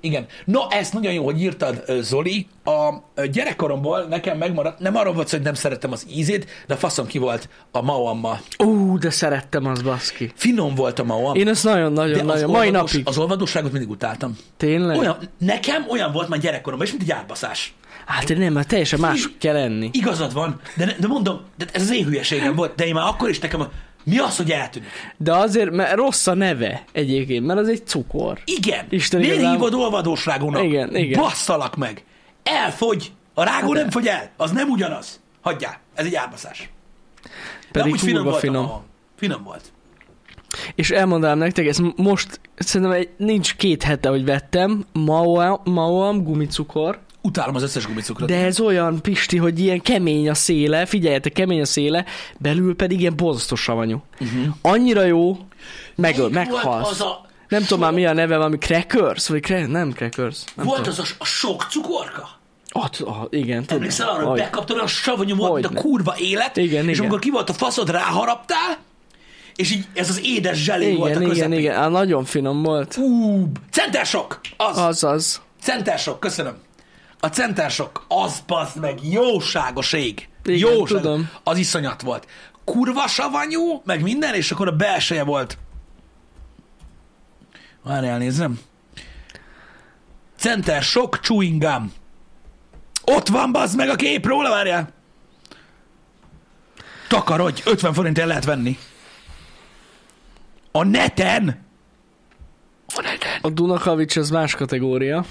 Igen. No, ezt nagyon jó, hogy írtad, ö, Zoli. A ö, gyerekkoromból nekem megmaradt, nem arról volt, szó, hogy nem szerettem az ízét, de faszom ki volt a mauamma. Ú, de szerettem az baszki. Finom volt a mauam. Én ezt de az, nagyon-nagyon-nagyon, mai olvadós- napig. az olvadóságot mindig utáltam. Tényleg? Olyan, nekem olyan volt már gyerekkoromban, és mint egy átbaszás. Hát én nem, mert teljesen más kell lenni. Igazad van, de, ne- de mondom, de ez az én hülyeségem volt, de én már akkor is nekem a, mi az, hogy eltűnik? De azért, mert rossz a neve egyébként, mert az egy cukor. Igen. Isten Miért igazán- hívod olvadósrágónak? Igen, igen. Hát Basszalak meg. Elfogy. A rágó nem fogy el. Az nem ugyanaz. Hagyjál. Ez egy átbaszás. De Pedig amúgy finom kurva volt a finom. maha. Finom volt. És elmondanám nektek, ez most szerintem egy, nincs két hete, hogy vettem, mauam, mauam gumicukor, Utálom az összes gumicukrot. de ez olyan, Pisti, hogy ilyen kemény a széle, figyeljetek, kemény a széle, belül pedig ilyen borzasztó savanyú. Uh-huh. Annyira jó, megöl, Melyik Mhm. volt meghalsz. az a Nem tudom már sok- mi a neve, valami crackers, vagy crack, nem crackers. Nem Volt tudom. az a, a sok cukorka? Ott, ah, igen, tudom. Emlékszel arra, hogy Hogy? bekaptad olyan savanyú volt, mint a Hogyne. kurva élet, Igen, és igen. amikor ki volt a faszod, ráharaptál, és így ez az édes zselé volt a Igen, igen, közepén. igen, Á, nagyon finom volt. Ú, centersok! Az, a... Azaz. centersok, köszönöm. A centersok, az bazd meg, jóságos ég. Igen, jóságos. tudom. Az iszonyat volt. Kurva savanyú, meg minden, és akkor a belseje volt. Várjál, nézzem. Center sok chewing gum. Ott van, bazd meg a kép róla, várjál. Takarodj, 50 forintért lehet venni. A neten! A neten. A Dunakavics az más kategória,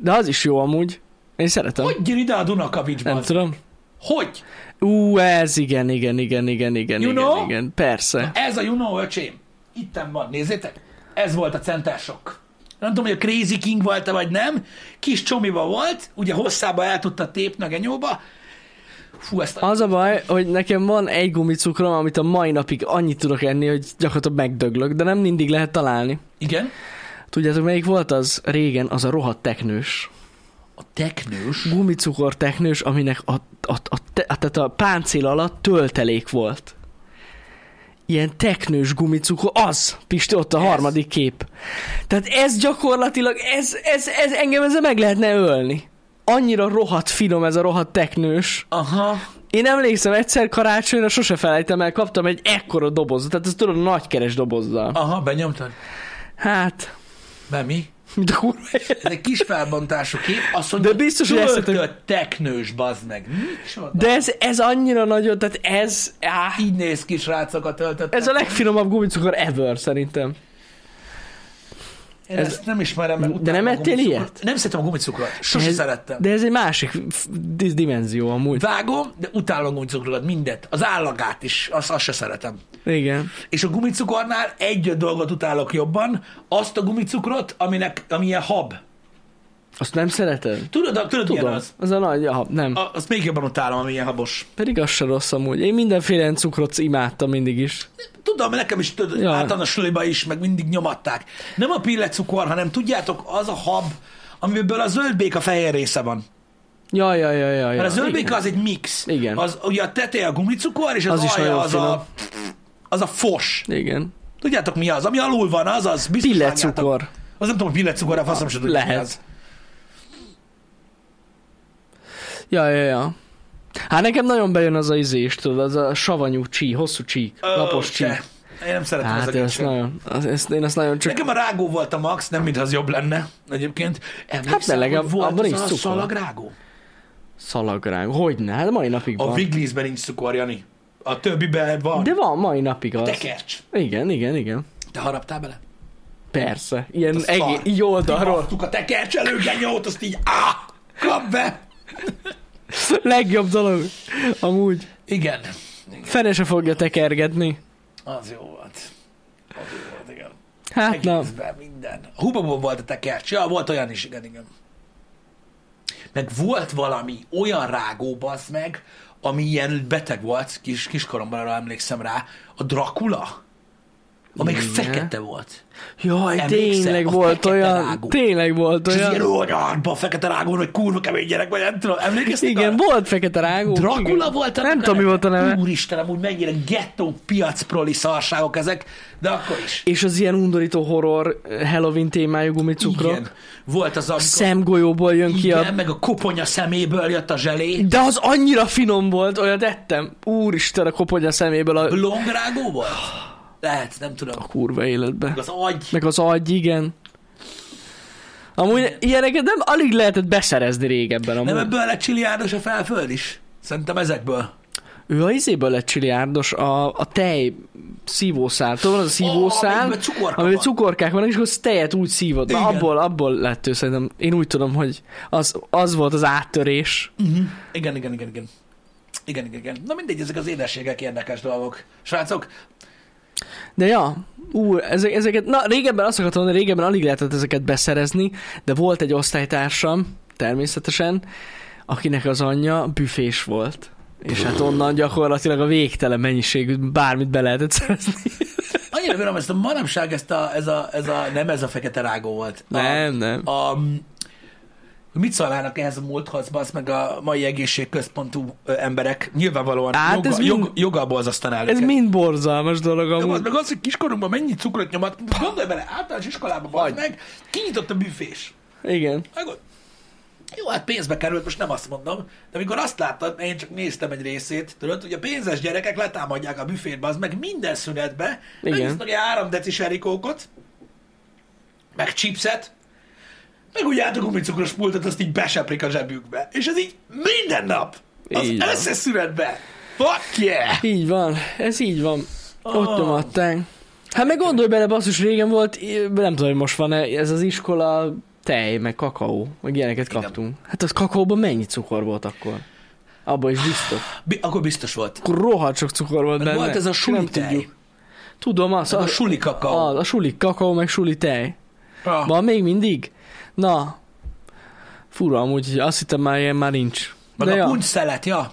de az is jó amúgy. Én szeretem. Hogy gyűr ide a Dunakavicsba? Nem tudom. Hogy? Ú, ez igen, igen, igen, igen, igen, You igen, know? igen, persze. Ez a Juno öcsém. Itten van, nézzétek. Ez volt a centersok. Nem tudom, hogy a Crazy King volt-e vagy nem. Kis csomiba volt, ugye hosszába el tudta tépni a genyóba. Fú, ezt a... Az a baj, hogy nekem van egy gumicukrom, amit a mai napig annyit tudok enni, hogy gyakorlatilag megdöglök, de nem mindig lehet találni. Igen. Tudjátok, melyik volt az régen? Az a rohadt teknős. A teknős. Gumicukor teknős, aminek a, a, a, te, a, tehát a páncél alatt töltelék volt. Ilyen teknős gumicukor, az, Pisti, ott a Ez? harmadik kép. Tehát ez gyakorlatilag, ez, ez, ez, engem ezzel meg lehetne ölni. Annyira rohadt finom ez a rohadt teknős. Aha. Én emlékszem, egyszer karácsonyra sose felejtem el, kaptam egy ekkora dobozot, tehát ez tudod, nagykeres dobozzal. Aha, benyomtad. Hát, Be mi? Mint a kurva élet. Ez egy kis felbontású kép, azt mondja, De biztos, hogy ezt- töltött teknős, bazd meg. Micsoda? De ez, ez annyira nagyon, tehát ez... Áh, Így néz ki, srácok, a töltött ez a legfinomabb gumicukor ever, szerintem. Én ez- ezt nem ismerem, mert De utálom nem a ettél gumicukrot. ilyet? Nem szeretem a gumicukrot. Sose ez, szerettem. De ez egy másik f- di- dimenzió amúgy. Vágom, de utálom a gumicukrokat, mindet. Az állagát is, azt, azt se szeretem. Igen. És a gumicukornál egy dolgot utálok jobban, azt a gumicukrot, aminek, ami ilyen hab. Azt nem szereted? Tudod, a- tudod Tudom. Tudom. milyen az? Az a nagy, aha, nem. A, azt még jobban utálom, ami ilyen habos. Pedig az se rossz amúgy. Én mindenféle cukrot imádtam mindig is. Tudom, nekem is tudod, Ja. általános suliba is, meg mindig nyomatták. Nem a pillecukor, hanem tudjátok, az a hab, amiből a zöld béka fehér része van. Ja, ja, ja, ja. ja. Mert a zöld Igen. béka az egy mix. Igen. Az, ugye a teteje a gumicukor, és az, Az az is alja nagyon az finom. a, az a fos. Igen. Tudjátok mi az? Ami alul van, az az. Biztos vágjátok. Pillecukor. Az nem tudom, hogy pillecukor, a faszom sem tudja, mi Lehet. az. Ja, ja, ja. Hát nekem nagyon bejön az a izés, tudod, az a savanyú csí, hosszú csík, Ö, lapos csík. se. Én nem szeretem Hát hát, én azt ezeket. nagyon, az, ezt, én azt nagyon csak... Nekem a rágó volt a max, nem mintha az jobb lenne egyébként. Emlékszem, Hát, de legalább hogy volt abban az nincs a cukor. szalagrágó. Szalagráng. Hogyne? Hát mai napig A van. viglízben nincs cukor, Jani. A többiben van. De van, mai napig az. Tekercs. Igen, igen, igen. Te haraptál bele? Persze. Ilyen Az egész, szar. így oldalról. Kibasztuk a tekercs előgenyót, azt így á, kap be. Legjobb dolog. Amúgy. Igen. Igen. Fene se fogja tekergetni. Az jó volt. Az jó volt, igen. Hát nem. Egészben minden. A Hubabon volt a tekercs. Ja, volt olyan is, igen, igen. Meg volt valami olyan rágó, bazd meg, ami ilyen beteg volt, kis, kiskoromban arra emlékszem rá, a Dracula, amelyik Igen. fekete volt. Jaj, Emlékszel? tényleg A volt fekete olyan. rágó. Tényleg volt És ez ilyen olyan. olyan fekete rágón, hogy kurva kemény gyerek vagy, nem tudom, emlékeztek Igen, volt fekete rágó. Dracula igen. volt a Nem tudom, mi volt a neve. Úristen, amúgy mennyire gettó piacproli szarságok ezek, de akkor is. És az ilyen undorító horror eh, Halloween témájú Igen. gumicukrok. Volt az, amikor... Szemgolyóból jön ki Igen, a... meg a koponya szeméből jött a zselé. De az annyira finom volt, olyat ettem. Úristen, a koponya szeméből a Longrágó volt? Lehet, nem tudom. kurva életbe. Meg az agy. Meg az agy, igen. Amúgy ilyeneket nem alig lehetett beszerezni régebben amúgy. Nem ebből lett Csili János a felföld is? Szerintem ezekből. Ő a izéből lett csiliárdos, a, a tej szívószál. Tudod, van az a Ó, szívószál, amiben cukorka amiben van. cukorkák vannak, és akkor azt tejet úgy szívod. Na, Igen. abból, abból lett ő szerintem. Én úgy tudom, hogy az, az volt az áttörés. Uh-huh. Igen, igen, igen, igen. Igen, igen, igen. Na mindegy, ezek az édességek érdekes dolgok. Srácok, De ja, ú, ezek, ezeket, na régebben azt akartam mondani, régebben alig lehetett ezeket beszerezni, de volt egy osztálytársam, természetesen, akinek az anyja büfés volt. És hát onnan gyakorlatilag a végtelen mennyiségű bármit be lehetett szerezni. annyira bírom ezt a manapság, ezt a, ez a, ez a, nem ez a fekete rágó volt. A- Nem, nem. A, mit szólnának ehhez a múlthoz, basz, meg a mai egészségközpontú ö, emberek? Nyilvánvalóan Hát joga, ez mind- jog, jogából az aztán el Ez őket. mind borzalmas dolog De amúgy. bazd meg az, hogy kiskorunkban mennyi cukrot nyomat, gondolj bele, általános iskolában vagy meg, kinyitott a büfés. Igen. Megod- Jó, hát pénzbe került, most nem azt mondom, de amikor azt láttad, mert én csak néztem egy részét, tudod, hogy a pénzes gyerekek letámadják a büfétbe, az meg minden szünetbe, Igen. megisznak egy 3 decis erikókot, meg chipset, meg úgy át a gumicukros pultot, azt így beseprik a zsebükbe. És ez így minden nap, az Így van. összes szünetbe. Fuck yeah! Így van, ez így van. Ott Ah. nyomadták. Hát meg gondolj bele, basszus, régen volt, i- nem tudom, hogy most van-e, ez az iskola tej, meg kakaó, meg ilyeneket Igen. kaptunk. Hát az kakaóban mennyi cukor volt akkor? Abban is biztos. Bi- akkor biztos volt. Akkor rohadt sok cukor volt benne. Volt ez a Nem suli tej. tudjuk. Tudom, az, A, az, a suli kakaó. az, a suli kakaó, meg suli tej. Ah. Van még mindig? Na, fura amúgy, hogy azt hittem már ilyen már nincs. Meg De a ja, puncs szelet, ja.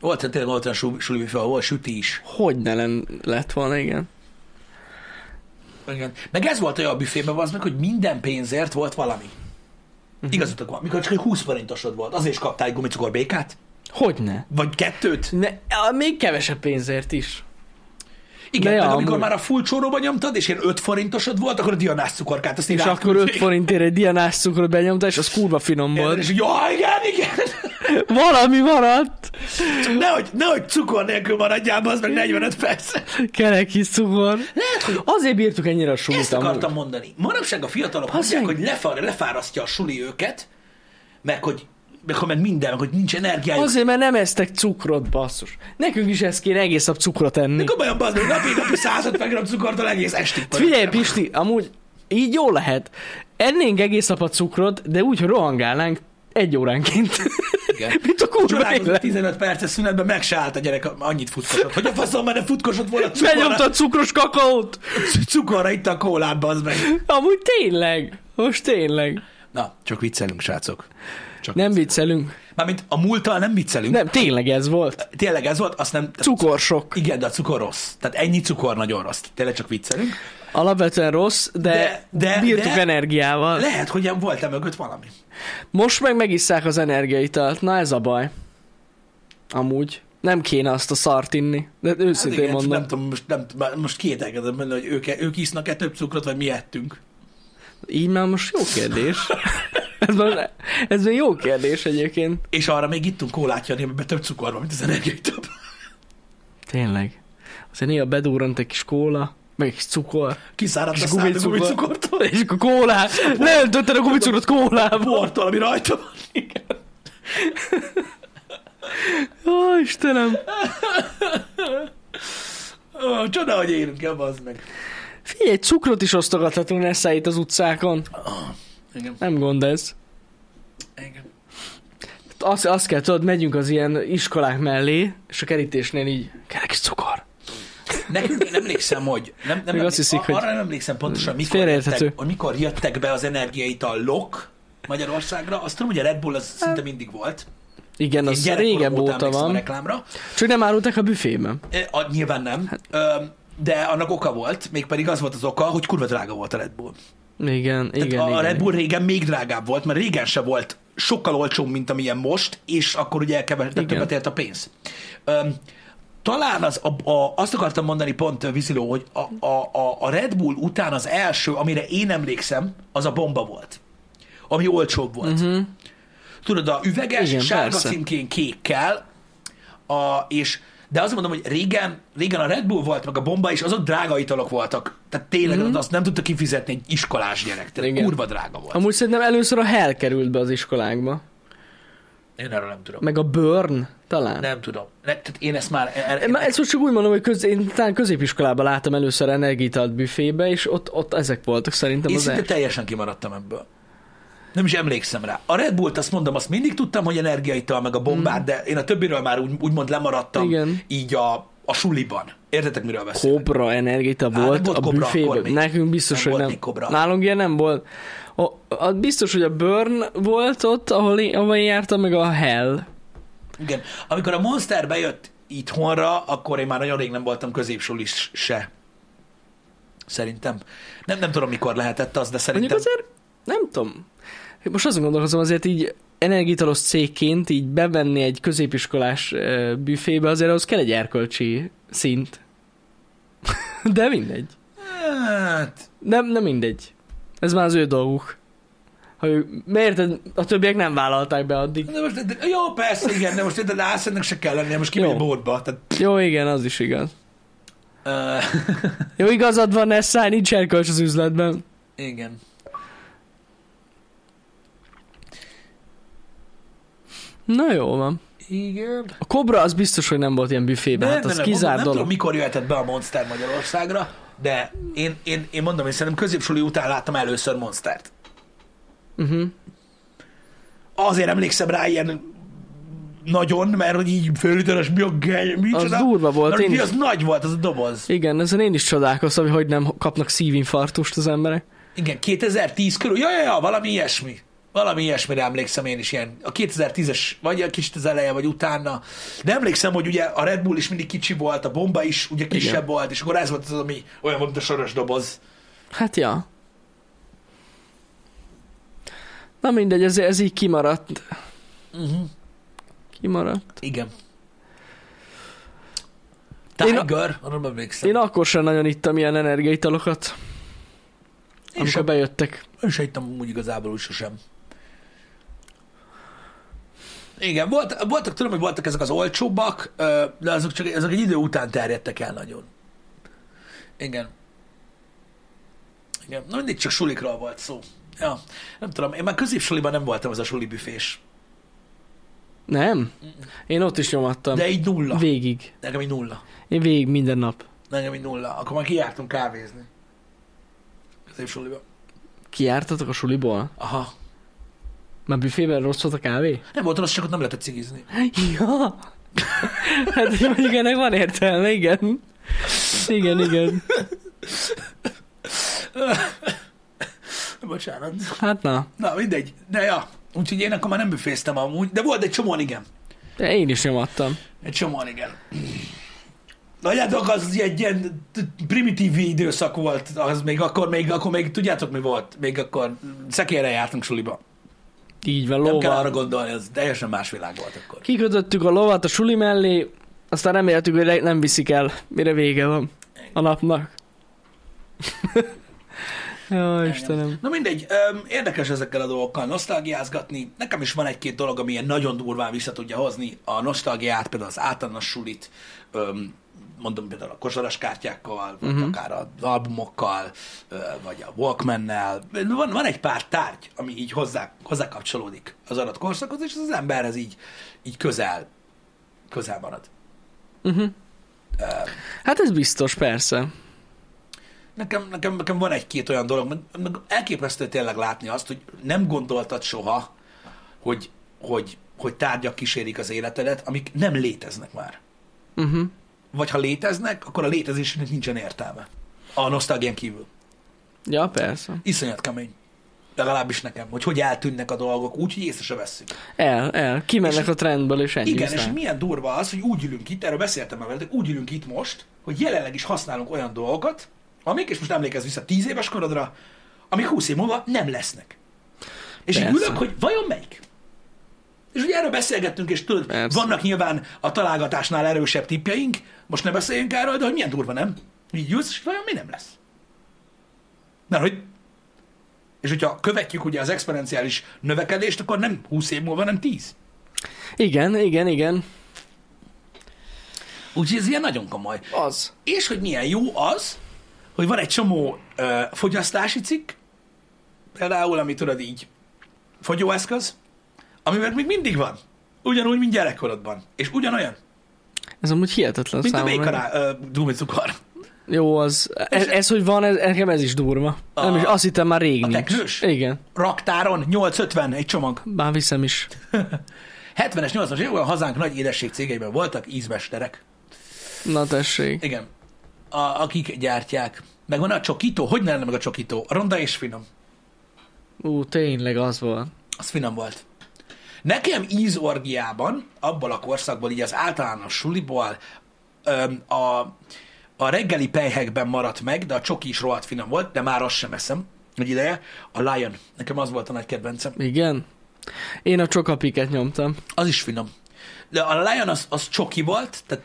Volt, tényleg volt olyan suli, suli büfé, ahol volt süti is. hogy ne len- lett volna, igen. Igen. Meg ez volt olyan büfében, az meg, hogy minden pénzért volt valami. Mhm. Uh-huh. Igazatok van, mikor csak egy 20 forintosod volt, azért is kaptál egy gumicukor békát? Hogy ne? Vagy kettőt? Ne, á, még kevesebb pénzért is. Igen, meg De ja, amikor amúgy. már a full csóróba nyomtad, és ilyen 5 forintosod volt, akkor a dianás cukorkát azt És akkor 5 forintért egy dianás cukrot benyomta, és az kurva finom volt. És volt. így, ja, igen, igen. Valami maradt! Nehogy, nehogy cukor nélkül maradjál, az meg 45 perc. Kerek kis cukor. Lehet, hogy Azért bírtuk ennyire a sumit Ezt amúgy. akartam mondani. Manapság a fiatalok Bazd mondják, meg. hogy lefár, lefárasztja a suli őket, meg hogy, meg, hogy meg minden, meg hogy nincs energiájuk. Az... Azért, mert nem eztek cukrot, basszus. Nekünk is ezt kéne egész nap cukrot enni. Komolyan bazd, meg, napi, napi 150 gram cukortól egész estig. Hát Figyelj, Pisti, amúgy így jó lehet. Ennénk egész nap a cukrot, de úgy, hogy rohangálnánk egy óránként. Igen. Mit a kurva Csodálkozott élet? 15 perces szünetben, meg se állt a gyerek, annyit futkosott. Hogy a faszom már nem futkosott volna Benyomta cukorra, a cukros kakaót. cukorra itt a kólát, bazd meg. Amúgy tényleg. Most tényleg. Na, csak viccelünk, srácok. Csak Nem viccelünk. Mármint a múlttal nem viccelünk. Nem, tényleg ez volt. Tényleg ez volt, azt nem... Cukorsok. Igen, de a cukor rossz. Tehát ennyi cukor nagyon rossz. Tényleg csak viccelünk. Alapvetően rossz, de, De- de- bírtuk de- energiával. Lehet, hogy volt e mögött valami. Most meg megisszák az energiaitalt. Na ez a baj. Amúgy. Nem kéne azt a szart inni. De Hát őszintén igen, mondom. Nem tudom, most, nem, már most kételkedem benne, hogy ők, ők isznak-e több cukrot, vagy mi ettünk. Így már most jó kérdés. ez, már, ez már jó kérdés egyébként. És arra még ittunk kólát, Jani, amiben több cukor van, mint az energiaitab. Tényleg. Azért néha bedúrant egy kis kóla, meg egy kis cukor, Kiszáradt És a szád a gumicukor. gumicukortól. és akkor kólá, leöntötted a gumicukrot kólába. Bortól, ami Hát rajta van. Igen. Ó, Istenem. Ó, Csoda, hogy élünk el, az meg. Figyelj, cukrot is osztogathatunk Nessa itt az utcákon. Igen. Nem gond ez. Igen. Azt, azt kell, tudod, megyünk az ilyen iskolák mellé, és a kerítésnél így kell egy kis cukor. Nekünk én emlékszem, hogy... Nem, nem, Még emlékszem- azt hiszik, hogy- arra nem emlékszem pontosan, mikor Félreérthető. jöttek, hogy mikor jöttek be az energiaitalok Magyarországra. Azt tudom, hogy a Red Bull az szinte mindig volt. Igen, Én Hát, az gyerekkorom régebb óta óta emlékszem A van. reklámra. Csak nem árulták a büfében. Ö, A, nyilván nem. Hát- Ö, de annak oka volt, mégpedig az volt az oka, hogy kurva drága volt a Red Bull. Igen, igen, Tehát a igen. Red Bull régen még drágább volt, mert régen se volt sokkal olcsóbb, mint amilyen most, és akkor ugye elkeveredett Igen. többet ért a pénz. Öm, talán az, a, a, azt akartam mondani pont, ö, Viziló, hogy a, a, a, a Red Bull után az első, amire én emlékszem, az a bomba volt. Ami olcsóbb volt. Uh-huh. Tudod, a üveges, Igen, Mhm. Igen, sárga persze. címkén kékkel, a, és de azt mondom, hogy régen, régen a Red Bull volt, meg a bomba, és azok drága italok voltak. Tehát tényleg mm-hmm. azt nem tudta kifizetni egy iskolás gyerek. Tehát Mhm. Igen. kurva drága volt. Amúgy szerintem először a Hell került be az iskolákba. Én erről nem tudom. Meg a Burn talán. Nem tudom. Ne, tehát én ezt már... Én Er, Már ezt most csak úgy mondom, hogy köz, én talán középiskolában láttam először energitalt büfébe, és ott, ott ezek voltak szerintem én az szinte első. teljesen kimaradtam ebből. Nem is emlékszem rá. A Red Bull-t azt mondom, azt mindig tudtam, hogy energiaital, meg a bombát, mm. de én a többiről már úgy, úgymond lemaradtam Mhm. Igen. így a, a suliban. Értetek, miről beszélek? Kobra energita nem volt, volt a Kobra akkor büfében. még. Nekünk biztos, Nem hogy volt nem. még Kobra. Nálunk ilyen nem volt. A, a, biztos, hogy a Burn volt ott, ahol én, ahol én jártam, meg a Hell. Igen. Amikor a Monster bejött itthonra, akkor én már nagyon rég nem voltam középsulis se. Szerintem. Nem, nem tudom, mikor lehetett az, de Mondjuk szerintem... azért, nem tudom. Most azon gondolkozom, azért így energitalos cégként így bevenni egy középiskolás ö, büfébe, azért ahhoz kell egy erkölcsi szint. De mindegy. Hát, Nem, nem mindegy. Ez már az ő dolguk. Ha ő, miért a többiek nem vállalták be addig? de most, de, jó, persze, igen, de most érted, álszennek se kell lennie, most kimegy Jó. a bódba. Tehát, Jó, igen, az is igaz. uh, Jó, igazad van, Nessai, nincs erkölcs az üzletben. igen. Na jó van. Igen. A kobra az biztos, hogy nem volt ilyen büfébe, Nem, hát nem, az nem, kizár mondom, nem dolog. tudom, mikor jöhetett be a Monster Magyarországra, de én, én, én mondom, én szerintem középsuli után láttam először Monstert. Uh-huh. Azért emlékszem rá ilyen nagyon, mert hogy így fölütöres, mi a geny, Az micsoda. durva volt, Mert én ugye is az nagy volt, az a doboz. Igen, ezen én is csodálkoztam, hogy hogy nem kapnak szívinfarktust az emberek. Igen, 2010 körül, ja, ja, ja, valami ilyesmi. Valami ilyesmire emlékszem én is, ilyen a 2010-es, vagy a kicsit az eleje, vagy utána. De emlékszem, hogy ugye a Red Bull is mindig kicsi volt, a bomba is ugye kisebb Igen. volt, és akkor ez volt az, ami olyan volt, mint a soros doboz. Hát ja. Na mindegy, ez, ez így kimaradt. Mhm. Uh-huh. Kimaradt. Igen. Én- Tiger. Arra nem emlékszem. Én akkor sem nagyon ittam ilyen energiaitalokat, Én amikor sem- bejöttek. Én se hittem úgy igazából úgy sosem. Igen, volt, voltak, tudom, hogy voltak ezek az olcsóbbak, ö, de azok csak azok egy idő után terjedtek el nagyon. Igen. Igen, na mindig csak sulikról volt szó. Ja, nem tudom, én már középsuliban nem voltam az a suli büfés. Nem? Én ott is nyomattam. De így nulla. Végig. Nekem így nulla. Én végig minden nap. Nekem így nulla. Akkor már kijártunk kávézni. Középsuliban. Kiártatok a suliból? Aha. Már büfében rossz volt a kávé? Nem volt rossz, csak ott nem lehetett cigizni. Ja! Hát mondjuk ennek van értelme, igen. Igen, igen. Bocsánat. Hát na, Na, mindegy. De ja, úgyhogy én akkor már nem büféztem amúgy, de volt egy csomóan igen. de én is nyomattam. Egy csomóan igen. Nagyjátok, az egy ilyen t- primitív időszak volt, az még akkor, még akkor még tudjátok mi volt, még akkor szekére jártunk suliba. Így van, Nem kell arra lóval. gondolni, az teljesen más világ volt akkor. Kikötöttük a lovat a suli mellé, aztán reméltük, hogy le- nem viszik el, mire vége van a napnak. Jó, Istenem. Na mindegy, öm, érdekes ezekkel a dolgokkal nosztalgiázgatni. Nekem is van egy-két dolog, ami ilyen nagyon durván vissza tudja hozni a nosztalgiát, például az általános sulit, öm, mondom például a kosaras kártyákkal, vagy uh-huh. akár az albumokkal, ö, vagy a Walkmannel. Van, van egy pár tárgy, ami így hozzá, hozzá kapcsolódik az adott korszakhoz, és az emberhez így, így közel, közel marad. Hát ez biztos, persze. Nekem, nekem, nekem van egy-két olyan dolog, meg, meg elképesztő tényleg látni azt, hogy nem gondoltad soha, hogy, hogy, hogy tárgyak kísérik az életedet, amik nem léteznek már. Uh-huh. Vagy ha léteznek, akkor a létezésnek nincsen értelme. A nosztalgián kívül. Ja, persze. Iszonyat kemény. Legalábbis nekem, hogy hogy eltűnnek a dolgok, úgy, hogy észre se vesszük. El, el. Kimennek És- a trendből, és ennyi. Igen, és aztán. hogy milyen durva az, hogy úgy ülünk itt, erről beszéltem már veletek, úgy ülünk itt most, hogy jelenleg is használunk olyan dolgokat, amik, és most emlékezz vissza 10 éves korodra, amik 20 év múlva nem lesznek. És így Persze. ülök, hogy vajon melyik? És ugye erről beszélgettünk, és tudod, Persze. vannak nyilván a találgatásnál erősebb tippjeink, most ne beszéljünk erről, de hogy milyen durva nem? Így ülsz, és vajon mi nem lesz? Mert hogy és hogyha követjük ugye az exponenciális növekedést, akkor nem 20 év múlva, nem 10. igen, igen, igen. Úgyhogy ez ilyen nagyon komoly. Az. És hogy milyen jó az, hogy van egy csomó ö, fogyasztási cikk, például, ami tudod így, fogyóeszköz, amivel még mindig van. Ugyanúgy, mint gyerekkorodban. És ugyanolyan, Ez amúgy hihetetlen mint a számomra. békará, dumicukor. Jó, az, ez, ez hogy van, ez, nekem ez is durva. A- nem is, azt hittem már rég a nincs. teknős? Igen, Raktáron 850 egy csomag. már viszem is. 70-es, 80-as években a hazánk nagy édesség cégeiben voltak ízmesterek. Na tessék. Igen. A, akik gyártják. Meg van a csokító. Hogy ne lenne meg a csokító? Ronda és finom. Ú, tényleg az volt. Az finom volt. Nekem ízorgiában, abból a korszakból, így az általános suliból, öm, a, a reggeli pejhekben maradt meg, de a csoki is rohadt finom volt, de már azt sem eszem egy ideje. A Lion. Nekem az volt a nagy kedvencem. Igen. Én a csokapiket nyomtam. Az is finom. De a Lion az, az csoki volt, tehát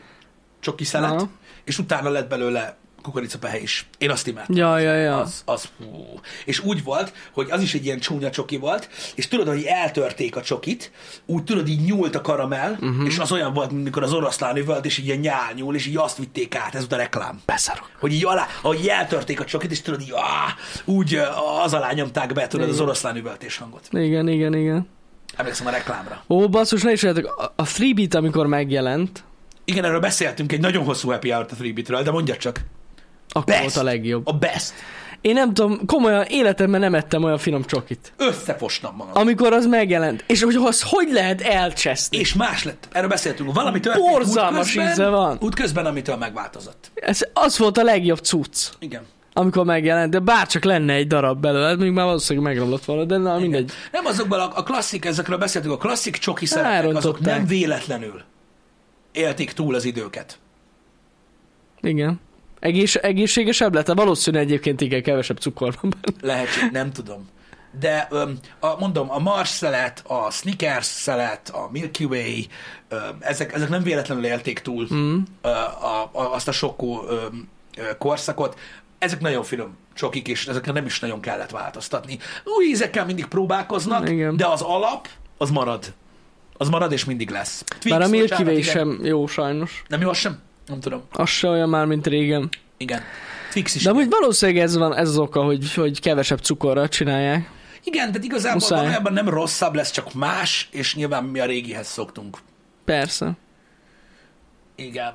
csoki szelet, Aha. és utána lett belőle kukoricapehely is. Én azt imádtam. Ja, ja, ja. Az, az hú. És úgy volt, hogy az is egy ilyen csúnya csoki volt, és tudod, hogy eltörték a csokit, úgy tudod, így nyúlt a karamell, uh-huh. és az olyan volt, mint mikor az oroszlán üvölt, és így ilyen nyál nyúl, és így azt vitték át, ez volt a reklám. Beszarok. Hogy így alá, ahogy eltörték a csokit, és tudod, így áh, úgy ö, az alá nyomták be, tudod, az Igen. oroszlán üvöltés hangot. Igen, igen, igen. Emlékszem a reklámra. Ó, basszus, ne is tudjátok, a, a freebit, amikor megjelent, Igen, erről beszéltünk egy nagyon hosszú happy hour a 3 de mondja csak. akkor Best. volt a legjobb. A best. Én nem tudom, komolyan életemben nem ettem olyan finom csokit. Összefosnom magam. Amikor az megjelent. És hogy az hogy lehet elcseszni? És más lett. Erről beszéltünk. Valami történt Borzalmas íze van. Útközben, amitől megváltozott. Ez, az volt a legjobb cucc. Igen. amikor megjelent, de bárcsak lenne egy darab belőle, hát még már valószínűleg megromlott volna, de na mindegy. Nem azokban a, a klasszik, ezekről beszéltünk, a klasszik csoki szeretek, azok Elrontották. nem véletlenül élték túl az időket. Igen. Egész, egészségesebb lett, valószínűleg egyébként igen, kevesebb cukor van benne. Lehet, nem tudom. de öm, a, mondom, a Mars szelet, a Snickers szelet, a Milky Way, öm, ezek, ezek nem véletlenül élték túl mm. ö, a, a, azt a sokó öm, ö, korszakot. Ezek nagyon finom csokik, és ezekre nem is nagyon kellett változtatni. Új ízekkel mindig próbálkoznak, Igen. Igen. de az alap, az marad. Az marad, és mindig lesz. Twix, Bár a Milky bocsánat, Way igen. sem jó sajnos. Nem jó az sem? Nem tudom. Az se olyan már, mint régen. Igen. Twix is. De amúgy valószínűleg ez van, ez az oka, hogy, hogy kevesebb cukorral csinálják. Igen, tehát igazából Muszáj. valójában nem rosszabb lesz, csak más, és nyilván mi a régihez szoktunk. Persze. Igen.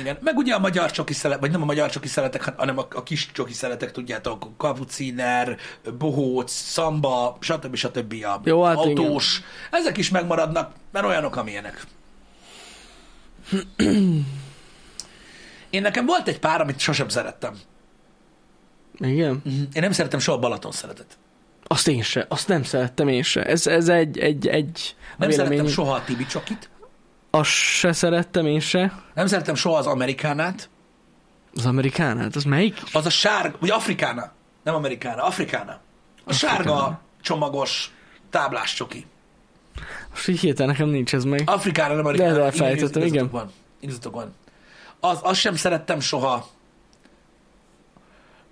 Igen. Meg ugye a magyar csoki szeletek, vagy nem a magyar csoki szeletek, han- hanem a, a kis csoki szeletek, tudjátok, kapuciner, bohóc, szamba, stb. stb. A Jó, hát autós. Ezek is megmaradnak, mert olyanok, amilyenek. Én nekem volt egy pár, amit sosem szerettem. Igen. Mhm. Én nem szerettem soha Balaton szeletet. Azt én se, azt nem szerettem én se. Ez, ez egy, egy, egy a Nem szerettem véleményem. soha a Tibi csokit. Azt se szerettem én se. Nem szerettem soha az amerikánát. Az amerikán, hát az melyik? Az a sárga, vagy afrikána, nem amerikána, afrikána. A sárga csomagos táblás csoki. Most így hirtelen nekem nincs ez meg. Afrikána, nem amerikána. De ez elfelejtettem, igazatok igen. Van. Igazatok van. Az, azt sem szerettem soha.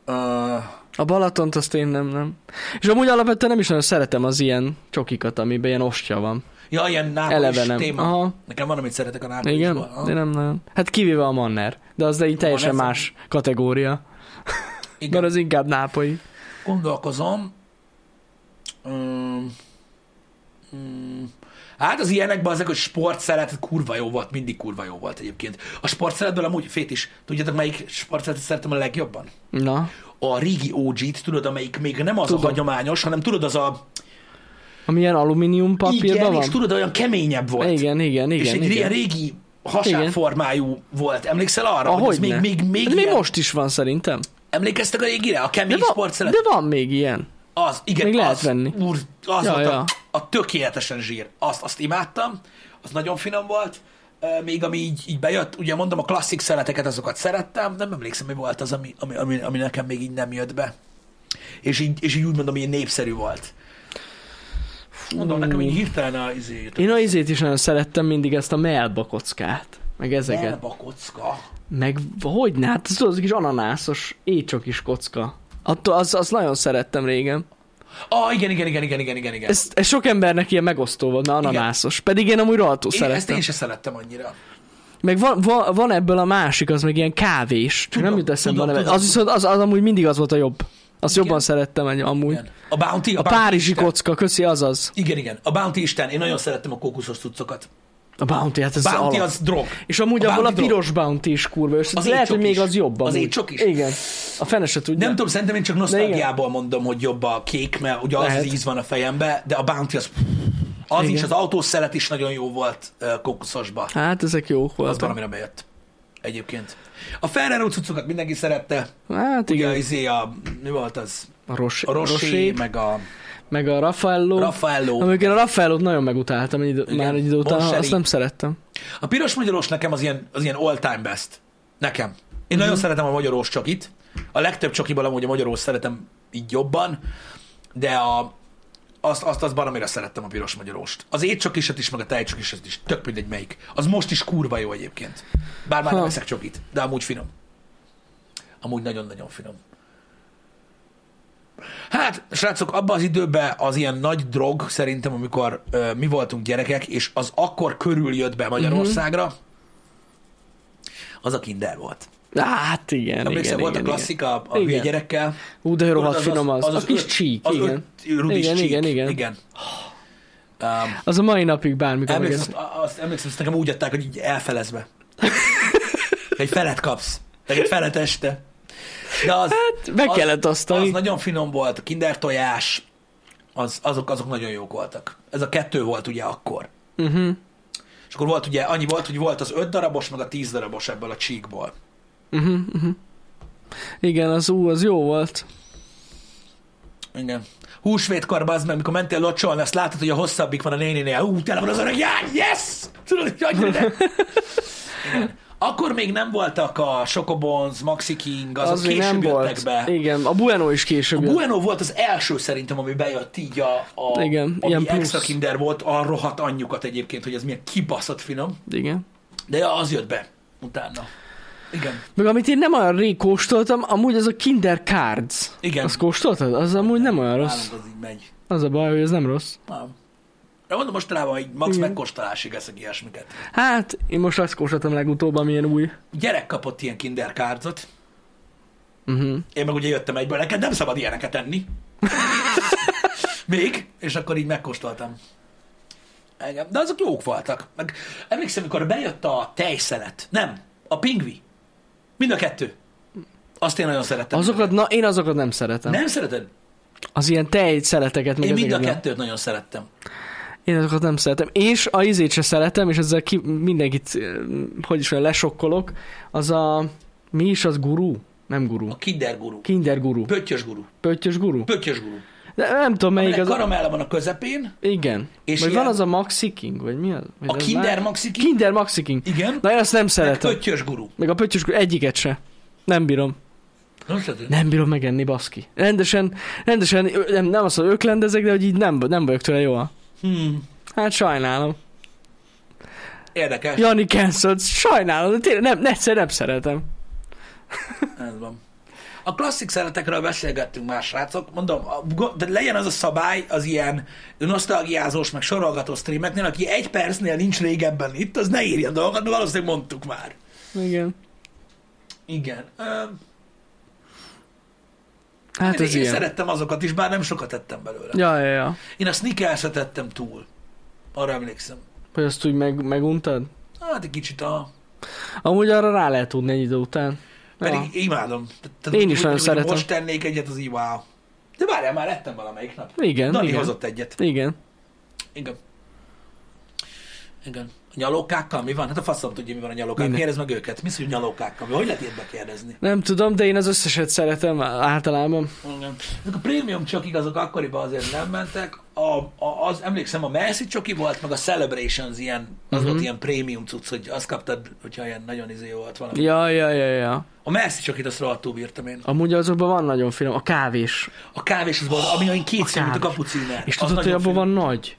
Uh, A Balatont azt én nem, nem. És amúgy alapvetően nem is nagyon szeretem az ilyen csokikat, amiben ilyen ostya van. ja, ilyen Eleve nápolis nem. téma. Aha. Nekem van, amit szeretek a Igen, nápolisból. aha. de nem nagyon. Hát kivéve a Manner, de az egy teljesen Manner más kategória, Igen. mert az inkább nápolyi. Gondolkozom. Mm. Mm. Hát az ilyenekben azok, hogy sportszeret kurva jó volt, mindig kurva jó volt egyébként. A sportszeretből amúgy fét is. Tudjátok, melyik sportszeretet szeretem a legjobban? Na, A régi OG-t, tudod, amelyik még nem az Tudom. a hagyományos, hanem tudod, az a... ami ilyen alumínium papírban igen, van? és tudod, olyan keményebb volt. igen, igen, és igen. egy ilyen igen. régi Igen. hasábformájú volt. Emlékszel arra, hogy ez Ahogy még, ne. még, még, De még ilyen... most is van szerintem. Emlékeztek a régire? A De kemény van, sportszeret? de van még ilyen. Az, igen, Még lehet az, venni. Úr, az Ja, ja, volt ja. ja. A, a tökéletesen zsír. Azt, azt imádtam, az nagyon finom volt, Ö, még ami így, így bejött, ugye mondom, a klasszik szeleteket, azokat szerettem, nem emlékszem, mi volt az, ami, ami, ami, ami nekem még így nem jött be. És így, és így úgy mondom, ilyen népszerű volt. Mondom, nekem így hirtelen a izé, Én a izét is nagyon szerettem mindig ezt a melba kockát. Meg ezeket. Melba. a kocka. Meg hogy ne? Hát az, az a kis ananászos écsokis kocka. Attól az, az nagyon szerettem régen. Ah, igen, igen, igen, igen, igen, igen, igen. Ez, ez sok embernek ilyen megosztó volt, na ananászos. Pedig én amúgy rohadtul Én, ezt szerettem. én se szerettem annyira. Meg van, van, van, ebből a másik, az meg ilyen kávés. Csak Tudom, nem jut eszembe tudom, tudom, tudom. Az viszont az, az, amúgy mindig az volt a jobb. Azt Igen. jobban szerettem egy, amúgy. Igen. A Bounty, a, A Bounty párizsi Isten. kocka, köszi, az az. Igen, igen. A Bounty Isten. Én nagyon szerettem a kókuszos cuccokat. A bounty, hát ez Bounty alap. az drog. És amúgy A abból a Bounty piros bounty is kurva, és Az lehet, étcsok hogy még is. az jobb Az amúgy. étcsok is. Igen. A fene se tudja. Nem tudom, szerintem én csak nosztalgiából mondom, hogy jobb a kék, mert ugye az, Lehet. az íz van a fejembe, de a Bounty az... Az Igen. is, az autószelet is nagyon jó volt ö, kókuszosba. Hát ezek jók Az voltak. valamire bejött. Egyébként. A Ferrero cuccokat mindenki szerette. Hát Ugye igen. az izé a... Mi volt az? A, ros- A Rosé, rosé, meg a meg a Raffaello. Raffaello. Amikor a Raffaellót nagyon megutáltam egy idő, Igen. már egy idő után, Bonseri. azt nem szerettem. A piros magyaros nekem az ilyen, az ilyen all-time best. Nekem. Én nagyon szeretem a magyarós csokit. A legtöbb csokiból amúgy a magyarós szeretem így jobban, de a, azt, azt, azt baromira szerettem a piros magyaróst. Az étcsokiset is, meg a tejcsokiset is, tök mindegy melyik. Az most is kurva jó egyébként. Bár már Ha. nem eszek csokit, de amúgy finom. Amúgy nagyon-nagyon finom. Hát, srácok, abban az időben az ilyen nagy drog szerintem, amikor ö, mi voltunk gyerekek, és az akkor körül jött be Magyarországra, az a kinder volt. Hát igen, Emlékszel, igen, volt igen, a klasszik a, a Igen. hülye gyerekkel. Ú, de rohadt Tudod, finom az. A kis öt- csík, az igen. öt rudis Igen, csík. igen, igen. igen. Um, Az a mai napig bármikor emlékszem, megeszem. azt, azt, emlékszem, azt nekem úgy adták, hogy így elfelezve. egy felet kapsz. Meg egy felet este. De az, Hát, meg kellett osztani. Az nagyon finom volt, a kinder tojás, az, azok, azok nagyon jók voltak. Ez a kettő volt ugye akkor. Uh-huh. És akkor volt ugye, annyi volt, hogy volt az öt darabos, meg a tíz darabos ebből a csíkból. Uh-huh, uh-huh. Igen, az ú, az jó volt. Igen. Húsvétkor az meg, amikor mentél locsolni, azt látod, hogy a hosszabbik van a néninél. Ú, tele van az öreg, jár, yes! Tudod, hogy annyira. Igen. Akkor még nem voltak a Chocobons, Maxi King, azok Az az még később nem jöttek volt. be. Igen, a Bueno is később A jött. Bueno volt az első szerintem, ami bejött így a, a Igen, ami ilyen plusz. extra kinder volt, a rohadt anyjukat egyébként, hogy ez milyen kibaszott finom. Igen. De ja, az jött be utána. Igen. Meg amit én nem olyan rég kóstoltam, amúgy az a Kinder Cards. Igen. Azt kóstoltad? Az amúgy nem olyan rossz. Nálunk az így megy. Az a baj, hogy ez nem rossz. Nem. De mondom mostanában, hogy max Igen. megkóstolásig eszek ilyesmiket. Hát, én most azt kóstoltam legutóbb, amilyen új. Gyerek kapott ilyen kinder kárdzot. Uh-huh. Én meg ugye jöttem egyből, neked nem szabad ilyeneket enni. Még, és akkor így megkóstoltam. Engem. De azok jók voltak. Meg emlékszem, amikor bejött a tejszelet. Nem, a pingvi. Mind a kettő. Azt én nagyon szerettem. Azokat, na, én azokat nem szeretem. Nem szereted? Az ilyen tej szeleteket még Én mind a ezeket nem. kettőt nagyon szerettem. Én azokat nem szeretem. És a izét se szeretem, és ezzel ki, mindenkit, eh, hogy is mondjam, lesokkolok. Az a, mi is az gurú? Nem gurú. A kinder guru. Kinder gurú. Pöttyös guru. Pöttyös gurú? Pöttyös guru. De nem tudom melyik Aminek az. A... karamella van a közepén, Igen. És És vagy ilyen- van az a Maxi King, vagy mi az? Vagy a az kinder már- maxi ki, Kinder Maxi King. igen, Na hát én azt nem meg szeretem. pöttyös guru. Meg a pöttyös gurú, egyiket se. Nem bírom. Nem szereted? Nem bírom megenni, baszki. Rendesen, rendesen, ö, nem, nem azt, hogy öklendezek, de hogy így nem, nem vagyok tőle jól. Hmm. Hát sajnálom. Érdekes. Jani cancelled, sajnálom, de tényleg nem, egyszer nem szeretem. Ez van. A klasszik szeretekről beszélgettünk már, srácok. Mondom, a, go- de legyen az a szabály az ilyen nosztalgiázós, meg sorolgató streameknél, aki egy percnél nincs régebben itt, az ne írja dolgokat, de valószínűleg mondtuk már. Igen. Igen. Ö, Hát én, ez én ilyen. szerettem azokat is, bár nem sokat ettem belőle. Ja. Ja, ja, ja. Én a sneakers ettem túl. Arra emlékszem. Hogy azt úgy meg, meguntad? Hát egy kicsit a... Amúgy arra rá lehet tudni egy idő után. Pedig Ja. imádom. Te- te- Én is úgy- nagyon úgy- szeretem. Most tennék egyet, az így wow. De várjál, már ettem valamelyik nap. Igen, Dani igen. hozott egyet. Igen. Igen. Igen. A nyalókákkal mi van? Hát a faszom tudja, mi van a nyalókákkal. Minden. Kérdezd meg őket. Mi szó, hogy nyalókákkal? mi? Hogy lehet ilyet bekérdezni? Nem tudom, de én az összeset szeretem általában. Igen. Ezek a prémium csokik azok akkoriban azért nem mentek. A, a, az, emlékszem, a Messi csoki volt, meg a Celebrations ilyen, az uh-huh. Mhm. volt ilyen prémium cucc, hogy azt kaptad, hogyha ilyen nagyon izé volt valami. Ja, ja, ja, ja. A Messi csokit azt rohadtul bírtam én. Amúgy azokban van nagyon finom. A kávés. A kávés az volt, ami olyan A kétszínű, mint a kávés. kapuciner. És Az tudod, hogy nagyon abban finom. van nagy?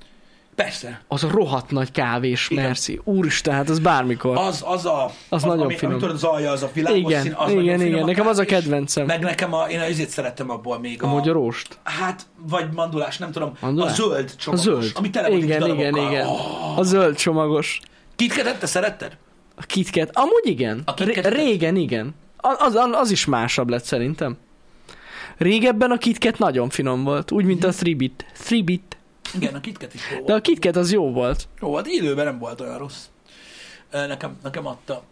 Persze. Az a rohadt nagy kávés, Igen. merci. Úristen, hát az bármikor. Az, az a... Az, nagyon ami, finom. Ami, tudod, az alja, az a világos igen, szín, az nagyon igen, finom igen. a Nekem az a kávés. kedvencem. Meg nekem a, én az izét szerettem abból még a, Amúgy a rost. hát, vagy mandulás, nem tudom, Mandulás? a zöld A csomagos, zöld. ami tele volt igen, igen, igen. Oh, A zöld csomagos. kitketet te szeretted? A KitKat. Amúgy igen. A A Kit Ré- Katet? régen igen. Az, az, az is másabb lett szerintem. Régebben a KitKat nagyon finom volt. Úgy, Mhm. mint a 3-bit. 3-bit. Igen, a kitket is jó volt. De a KitKat az jó volt. Jó volt, hát időben nem volt olyan rossz. Ö, Nekem, nekem adta.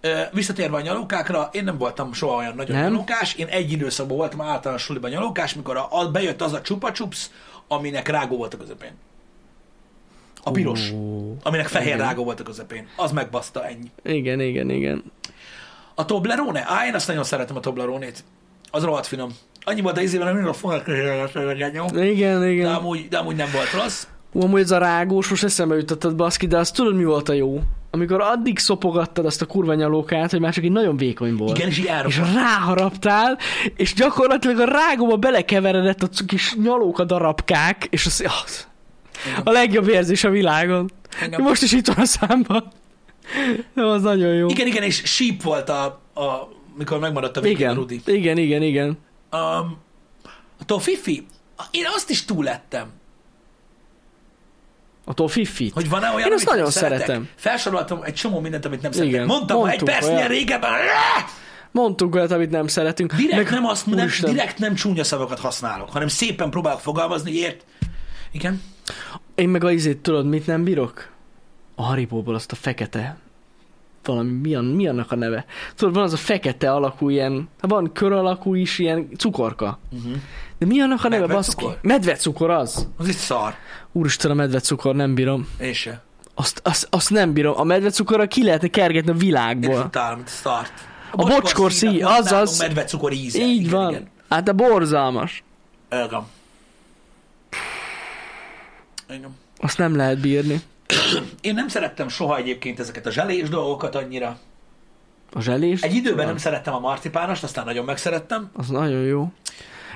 Ö, Visszatérve a nyalókákra, én nem voltam soha olyan nagyon Nem? nem? nyalókás, én egy időszakban voltam általános suliban nyalókás, mikor a, a, bejött az a csupa csups, aminek rágó volt a közepén. A piros, Ó, aminek fehér igen. rágó volt a közepén. Az megbaszta ennyi. Igen, igen, igen. A Toblerone? Á, én azt nagyon szeretem a Toblerone-t. Az rohadt finom. Annyi volt a ízében, hogy mindig a fogat közül Igen, de igen. amúgy, de amúgy nem volt rossz. Ú, Amúgy ez a rágós, most eszembe jutottad baszki, de azt tudod mi volt a jó? Amikor addig szopogattad azt a kurva nyalókát, hogy már csak így nagyon vékony volt. Igen, és így és elrohadt. ráharaptál, és gyakorlatilag a rágóba belekeveredett a c- kis nyalók a darabkák, és az, az a legjobb érzés a világon. Engem- Most is itt van a számban. De az nagyon jó. Igen, igen, és síp volt a, a mikor megmaradt a végén a igen, Rudi. igen, igen, igen. Um, a Tofifi? Én azt is túlettem, A tofifit. hogy van-e olyan, Én azt amit nem nagyon szeretek. szeretem. Felsoroltam egy csomó mindent, amit nem szeretek. Igen, Igen, Mondtam, ha egy mondtunk percnél olyan. régebben, Mondtunk olyat, amit nem szeretünk. direkt nem, azt, nem, Úristen. direkt nem csúnya szavakat használok, hanem szépen próbálok fogalmazni, ért. Igen. Én meg a izét tudod, mit nem bírok? A Haribóból azt a fekete valami, mi, an, mi annak a neve? Tudod, van az a fekete alakú ilyen, hát van kör alakú is ilyen cukorka. Uh-huh. De mi annak a neve, baszki? Medvecukor? Medvecukor az. Az egy szar. Úristen, a medvecukor, nem bírom. Én se. Azt, azt, azt nem bírom. A medvecukorra ki lehetne kergetni a Én is világból. utálom, mint a szart. A bocskor szí, színek azaz. használom Medvecukor íze. Így igen, van. Igen. Hát a borzalmas. Igen. Igen. Azt nem lehet bírni. Én nem szerettem soha egyébként ezeket a zselés dolgokat annyira. A zselés? Egy időben nem szerettem a marcipánost, aztán nagyon megszerettem. Az nagyon jó.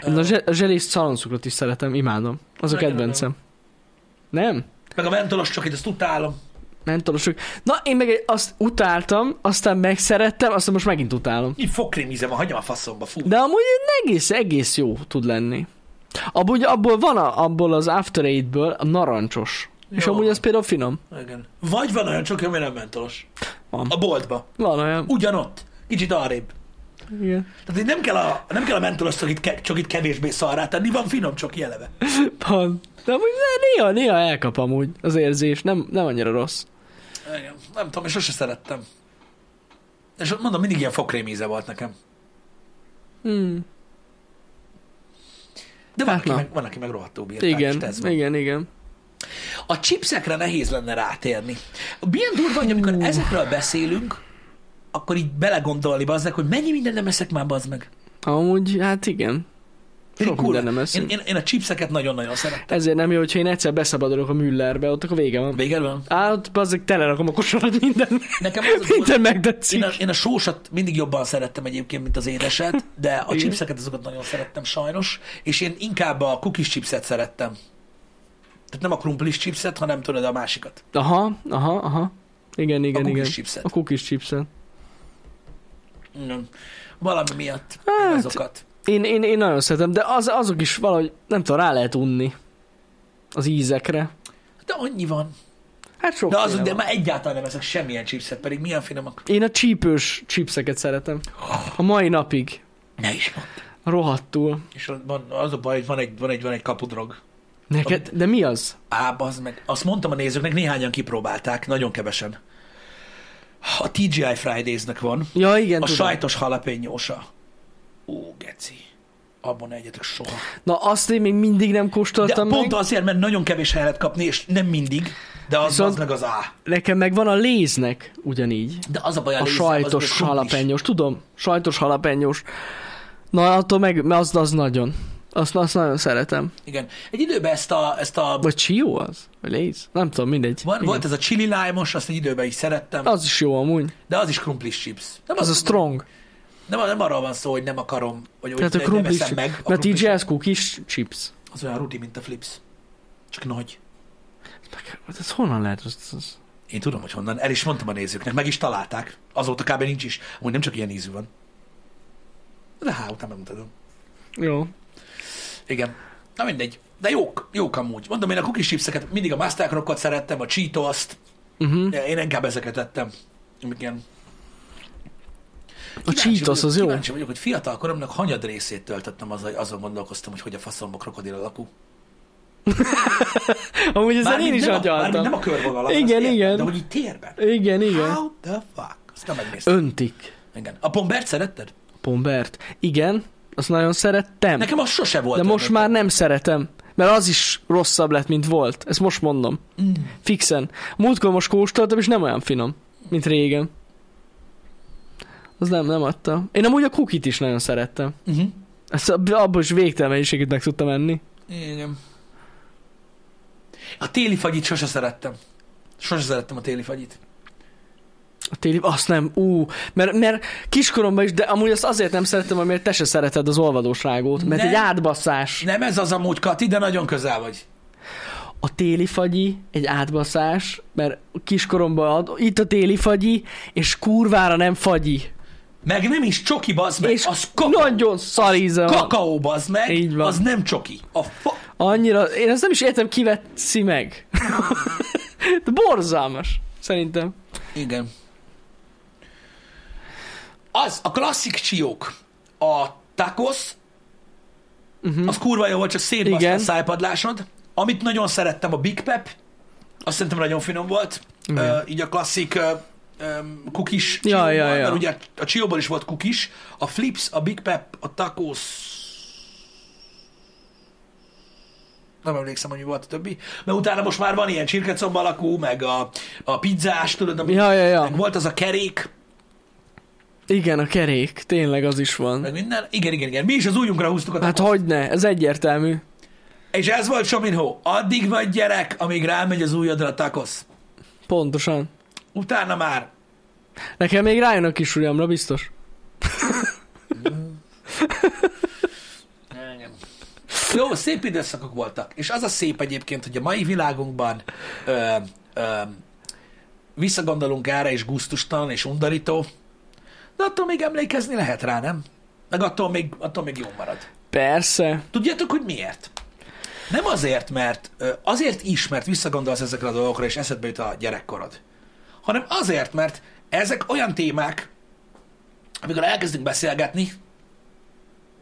Én a, zse- a zselés szalonszukrot is szeretem, imádom. Az a Nagyon kedvencem. Nem? Meg a mentolos csokit, azt utálom. Mentolosok. Na, én meg egy- azt utáltam, aztán megszerettem, aztán most megint utálom. Így fokrémizem, a hagyom a faszomba, fú. De amúgy egész, egész jó tud lenni. Abúgy, abból van a, abból az After Eight-ből a narancsos. Jó. És Jó amúgy van. az például finom. Igen. Vagy van olyan csoki, ami nem mentolos. Van. A boltba. Van olyan. Ugyanott. Kicsit arrébb. Igen. Tehát így nem kell a, nem kell a mentolos csokit, ke- csokit kevésbé szarrá tenni, van finom csoki eleve. Van. De amúgy néha, néha elkap amúgy az érzés. Nem, nem annyira rossz. Igen. Nem tudom, és sose szerettem. És mondom, mindig ilyen fokrémíze volt nekem. Hmm. De van, Hát aki na. meg, van, aki meg rohadtul bírta. és Igen, ez van. igen, igen. A chipsekre nehéz lenne rátérni. Milyen durva, hogy amikor ezekről beszélünk, akkor így belegondolni bazdnek, hogy mennyi mindent nem eszek már bazd meg. Amúgy, hát igen. Pedig Sok kurva. mindent nem eszünk. Én, én, én a chipseket nagyon-nagyon szeretem. Ezért nem jó, hogyha én egyszer beszabadulok a Müllerbe, ott akkor vége van. Véged van? Á, ott bazzeg telerakom a kosarat minden. Nekem az a durva- Minden én megtetszik. a, én a sósat mindig jobban szerettem egyébként, mint az édeset, de a Igen. chipseket azokat nagyon szerettem sajnos, és én inkább a cookies chipset szerettem. Tehát nem a krumplis chipset, hanem tudod a másikat. Aha, aha, aha. Igen, igen, a igen. cookies chipset. A cookies chipset. Igen. Valami miatt Hát, hát, azokat. Én, én, én nagyon szeretem, de az, azok is valahogy, nem tudom, rá lehet unni az ízekre. De annyi van. Hát sok. De azok, de már egyáltalán nem ezek semmilyen chipset, pedig milyen finomak. Én a csípős chipseket szeretem. A mai napig. Ne is mondd. Rohadtul. És van, az a baj, hogy van egy, van egy, van egy kapudrog. Neked, de mi az? Á, az meg. Azt mondtam a nézőknek, néhányan kipróbálták, nagyon kevesen. A TGI Fridays-nek van. Ja, igen, A tudom. sajtos halapényósa. Ó, geci. Abban ne egyetek soha. Na azt én még mindig nem De kóstoltam meg. pont azért, mert nagyon kevés helyet kapni, és nem mindig, de az, Viszont- az meg az A. Nekem meg van a léznek ugyanígy. De az a baj, A lézem, az, meg sajtos a krumplis. halapenyós, tudom, sajtos halapenyós. Na, attól meg, mert az, az nagyon. Azt, azt nagyon szeretem. Igen. Egy időben ezt a, ezt a Vagy csió az? Vagy léz? Nem tudom, mindegy. van, Igen. volt ez a chili lime-os, azt egy időben is szerettem, Az is jó amúgy. de az is krumplis chips. Nem Az a azt- strong. Nem, nem arról van szó, hogy nem akarom, hogy, hogy Tehát a ne, nem krumplis eszem chips. meg. Mert a krumplis TJ az cookies chips. chips. Az olyan rudi, mint a flips. Csak nagy. Hát Ez honnan lehet? Az, az... Én tudom, hogy honnan. El is mondtam a nézőknek, meg is találták. Azóta kb. nincs is. Amúgy nem csak ilyen ízű van. De hát, utána megmutatom. Jó. Igen. Na mindegy. De jók, jók amúgy. Mondom, én a cookie chipseket mindig a Master Crockot szerettem, a Cheetos-t. Uh-huh. Én inkább ezeket ettem. Amik ilyen- A Kíváncsi Cheetos vagyok- az jó. Kíváncsi vagyok, hogy fiatal koromnak hanyad részét töltöttem azzal, hogy azon gondolkoztam, hogy hogy a faszomba krokodil alakú. Amúgy ezen Szóval én Mármint is nem a- mármint agyaltam. nem a körvonalat. Igen, azt értem, igen. De hogy így térben. Igen, igen. How the fuck? Azt nem megnéztem. Öntik. Igen. A pombert szeretted? Pombert. Igen, azt nagyon szerettem. Nekem az sose volt. De most önöttem. már nem szeretem, mert az is rosszabb lett, mint volt. Ezt most mondom. Mm. Fixen. Múltkor most kóstoltam, és nem olyan finom, mint régen. Az nem, nem adta. Én amúgy a kukit is nagyon szerettem. Uh-huh. Ezt ab- abból is végtelen mennyiségét meg tudtam enni. Igen. A téli fagyit sose szerettem. Sose szerettem a téli fagyit. A téli, azt nem, ú, mert, mert kiskoromban is, de amúgy azt azért nem szerettem, mert te se szereted az olvadós rágót, mert Nem. egy átbaszás. Nem ez az amúgy, Kati, de nagyon közel vagy. a téli fagyi egy átbaszás, mert kiskoromban ad, itt a téli fagyi, és kurvára nem fagyi. Meg nem is csoki, bazd meg. és az kaka- nagyon szar íze van. kakaó, bazd meg. Így van. Az nem csoki. A fa- Annyira, én ezt nem is értem, ki veszi meg. De borzalmas, szerintem. Igen. Az, a klasszik csiók. A tacos, uh-huh. az kurva jó volt, csak szétbaszta a Mhm. Igen. szájpadlásod. Amit nagyon szerettem, a Big Pep, azt szerintem nagyon finom volt. Ö, így a klasszik ö, ö, kukis Ja, csióban, ja, ja. mert ugye a csióban is volt kukis. A Flips, a Big Pep, a tacos... Nem emlékszem, hogy mi volt a többi. Mert utána most már van ilyen csirkecomb alakú, meg a, a pizzás, tudod, ami Ja, ja, meg ja. volt az a kerék, Igen, a kerék, tényleg az is van. meg minden. Igen, igen, igen. Mi is az ujjunkra húztuk a Hát hogy ne, ez egyértelmű. És ez volt Sominho. Addig vagy gyerek, amíg rámegy az ujjadra a takosz. Pontosan. Utána már Nekem még rájön a kis ujjamra, biztos. Jó, szép időszakok voltak. És az a szép egyébként, hogy a mai világunkban ö, ö, visszagondolunk erre, és gusztustalan, és undorító, de attól még emlékezni lehet rá, nem? Meg attól még, attól még jó marad. Persze. Tudjátok, hogy miért? Nem azért, mert ö, azért is, mert visszagondolsz ezekre a dolgokra, és eszedbe jut a gyerekkorod, hanem azért, mert ezek olyan témák, amikor elkezdünk beszélgetni,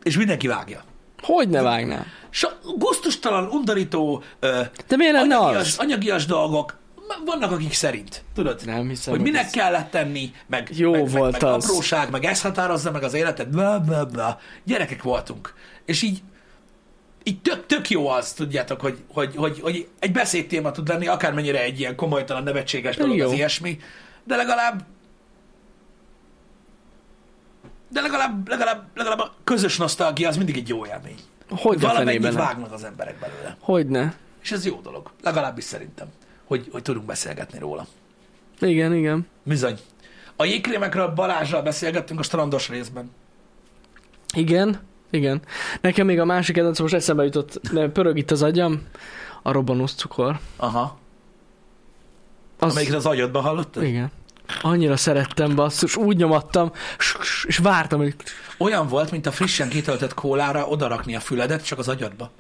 és mindenki vágja. Hogy ne vágnál? So, gusztustalan, undorító, ö, De miért lenne anyagias, az? anyagias dolgok. M- Vannak, akik szerint, tudod? Nem hiszem, Hogy hogy minek ez- kellett tenni, meg, Jó meg, volt meg, meg az. apróság, meg ez határozza meg az életet, bla, bla, bla. Gyerekek voltunk. És így, így tök, tök jó az, tudjátok, hogy, hogy, hogy, hogy egy beszédtéma tud lenni, akármennyire egy ilyen komolytalan, nevetséges dolog Jó. az ilyesmi, de legalább de legalább, legalább, legalább a közös nosztalgia az mindig egy jó élmény. Hogy a Valamennyit fenében nem? vágnak az emberek belőle. Hogy ne? És ez jó dolog. Legalábbis szerintem, hogy, hogy tudunk beszélgetni róla. Igen, igen. Bizony. A jégkrémekről Balázsral beszélgettünk a strandos részben. Igen, igen. Nekem még a másik kedvenc most eszembe jutott, de pörög itt az agyam, a robbanós cukor. Aha. Az, Amelyikre az agyadban hallottad? Igen. Annyira szerettem, basszus, úgy nyomattam, és vártam, hogy Olyan volt, mint a frissen kitöltött kólára odarakni a füledet, csak az agyadba.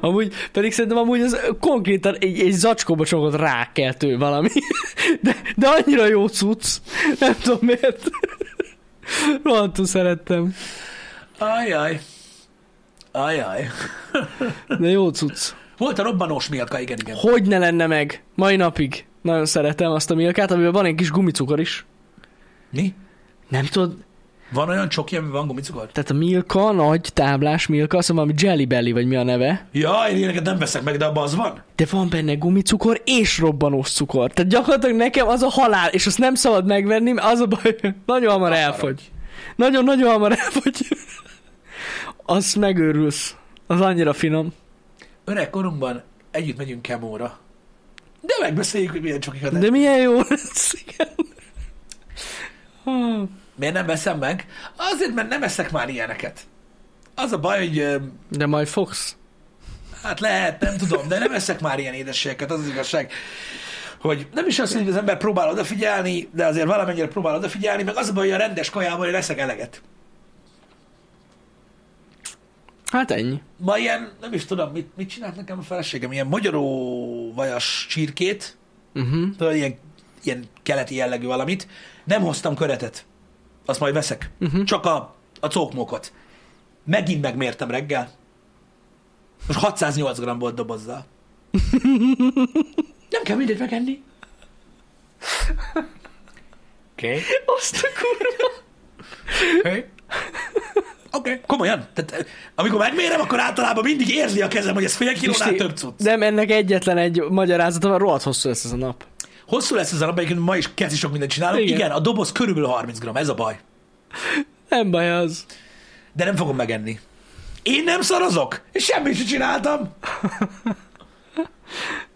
Amúgy, pedig szerintem amúgy ez konkrétan egy, egy zacskóba csomagott rákeltő valami. De, de annyira jó cucc. Nem tudom miért. Rohadtul szerettem. Ajaj. Ajaj. De jó cucc. Volt a robbanós mélka, igen, igen. Hogy ne lenne meg? Mai napig. Nagyon szeretem azt a milkát, amiben van egy kis gumicukor is. Mi? Nem tudod? Van olyan csoki, ami van gumicukor? Tehát a milka, nagy táblás milka, azt mondom, valami Jelly Belly, vagy mi a neve. Jaj, én ilyeneket nem veszek meg, de abban az van. De van benne gumicukor és robbanós cukor. Tehát gyakorlatilag nekem az a halál, és azt nem szabad megvenni, mert az a baj, hogy nagyon hamar elfogy. Nagyon-nagyon hamar elfogy. Azt megőrülsz. Az annyira finom. Öreg korunkban együtt megyünk kemóra. De megbeszéljük, hogy milyen csokikat De milyen jó lesz, igen. Ah, Miért nem veszem meg? Azért, mert nem eszek már ilyeneket. Az a baj, hogy ö, De majd fogsz. hát lehet, nem tudom, de nem eszek már ilyen édességeket, az az igazság. Hogy nem is az, hogy az ember próbál odafigyelni, de azért valamennyire próbál odafigyelni, meg az a baj, hogy a rendes kajával én eszek eleget. Hát ennyi. Ma ilyen, nem is tudom, mit, mit csinált nekem a feleségem, ilyen magyaró vajas csirkét, Uh-huh. tudod, ilyen, ilyen keleti jellegű valamit. Nem hoztam köretet. Azt majd veszek. Uh-huh. Csak a, a cókmókot. Megint megmértem reggel. Most 608 g volt dobozzal. Nem kell mindent megenni. Oké. Okay. Azt a kurva. Oké. Okay. Komolyan. Tehát, eh, amikor megmérem, akkor általában mindig érzi a kezem, hogy ez fél kilónál több cucc. Nem, ennek egyetlen egy magyarázata van, rohadt hosszú lesz ez a nap. Hosszú lesz ez a nap, egyébként ma is keci sok mindent csinálunk. Igen. Igen. Igen, a doboz körülbelül 30 g, ez a baj. Nem baj az. de nem fogom megenni. Én nem szarozok, és semmit sem csináltam.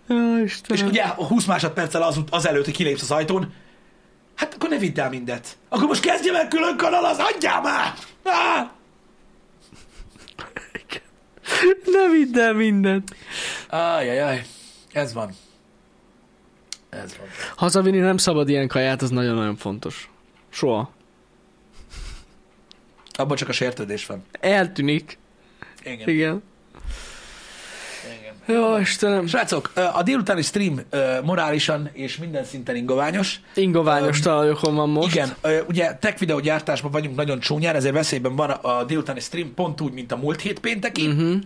Jó, És Istenem. ugye a 20 másodperccel az, azelőtt, hogy kilépsz az ajtón, hát akkor ne vidd el mindet. Akkor most kezdjem el külön kanal, az adjál már! Ah! Nem vidd el mindent. Ajajaj, ez van. Ez van. Hazavinni nem szabad ilyen kaját, az nagyon-nagyon fontos. Soha. Abban csak a sértődés van. Eltűnik. Igen. Igen. Igen. Jó, Istenem. Srácok, a délutáni stream ö, morálisan és minden szinten ingoványos. Ingoványos talajokon van most. Igen, ö, ugye tech videó gyártásban vagyunk nagyon csúnyán, ezért veszélyben van a a délutáni stream, pont úgy, mint a múlt hét péntekén. Mhm. Uh-huh.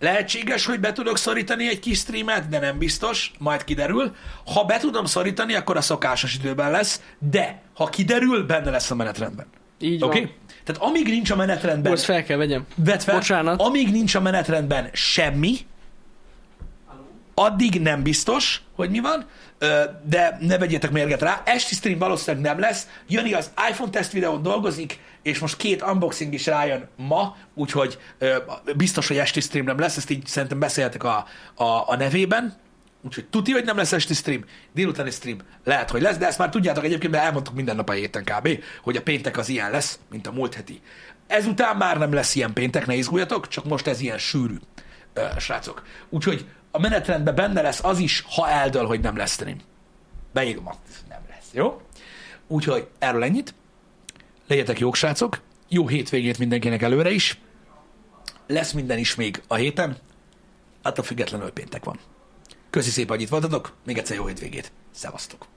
Lehetséges, hogy be tudok szorítani egy kis streamet, de nem biztos, majd kiderül. Ha be tudom szorítani, akkor a szokásos időben lesz, de ha kiderül, benne lesz a menetrendben. Így Oké? van. Okay? Tehát amíg nincs a Hú, menetrendben, ezt fel kell vegyem. vedd fel, bocsánat. amíg nincs a menetrendben semmi, addig nem biztos, hogy mi van, ö, de ne vegyetek mérget rá. Esti stream valószínűleg nem lesz. Jani az iPhone test videón dolgozik, és most két unboxing is rájön ma, úgyhogy ö, biztos, hogy esti stream nem lesz, ezt így szerintem beszéltek a, a, a nevében. Úgyhogy tuti, hogy nem lesz esti stream, délutáni stream. Lehet, hogy lesz, de ezt már tudjátok egyébként, mert elmondtuk minden nap a héten kb., hogy a péntek az ilyen lesz, mint a múlt heti. Ezután már nem lesz ilyen péntek, ne izguljatok, csak most ez ilyen sűrű, ö, srácok. Úgyhogy a menetrendben benne lesz az is, ha eldől, hogy nem lesz stream. Beírom azt, nem lesz, jó? Úgyhogy erről ennyit. Legyetek jók, srácok. Jó hétvégét mindenkinek előre is. Lesz minden is még a héten. Attól függetlenül péntek van. Köszi szépen, hogy itt voltatok. Még egyszer jó hétvégét. Szevasztok.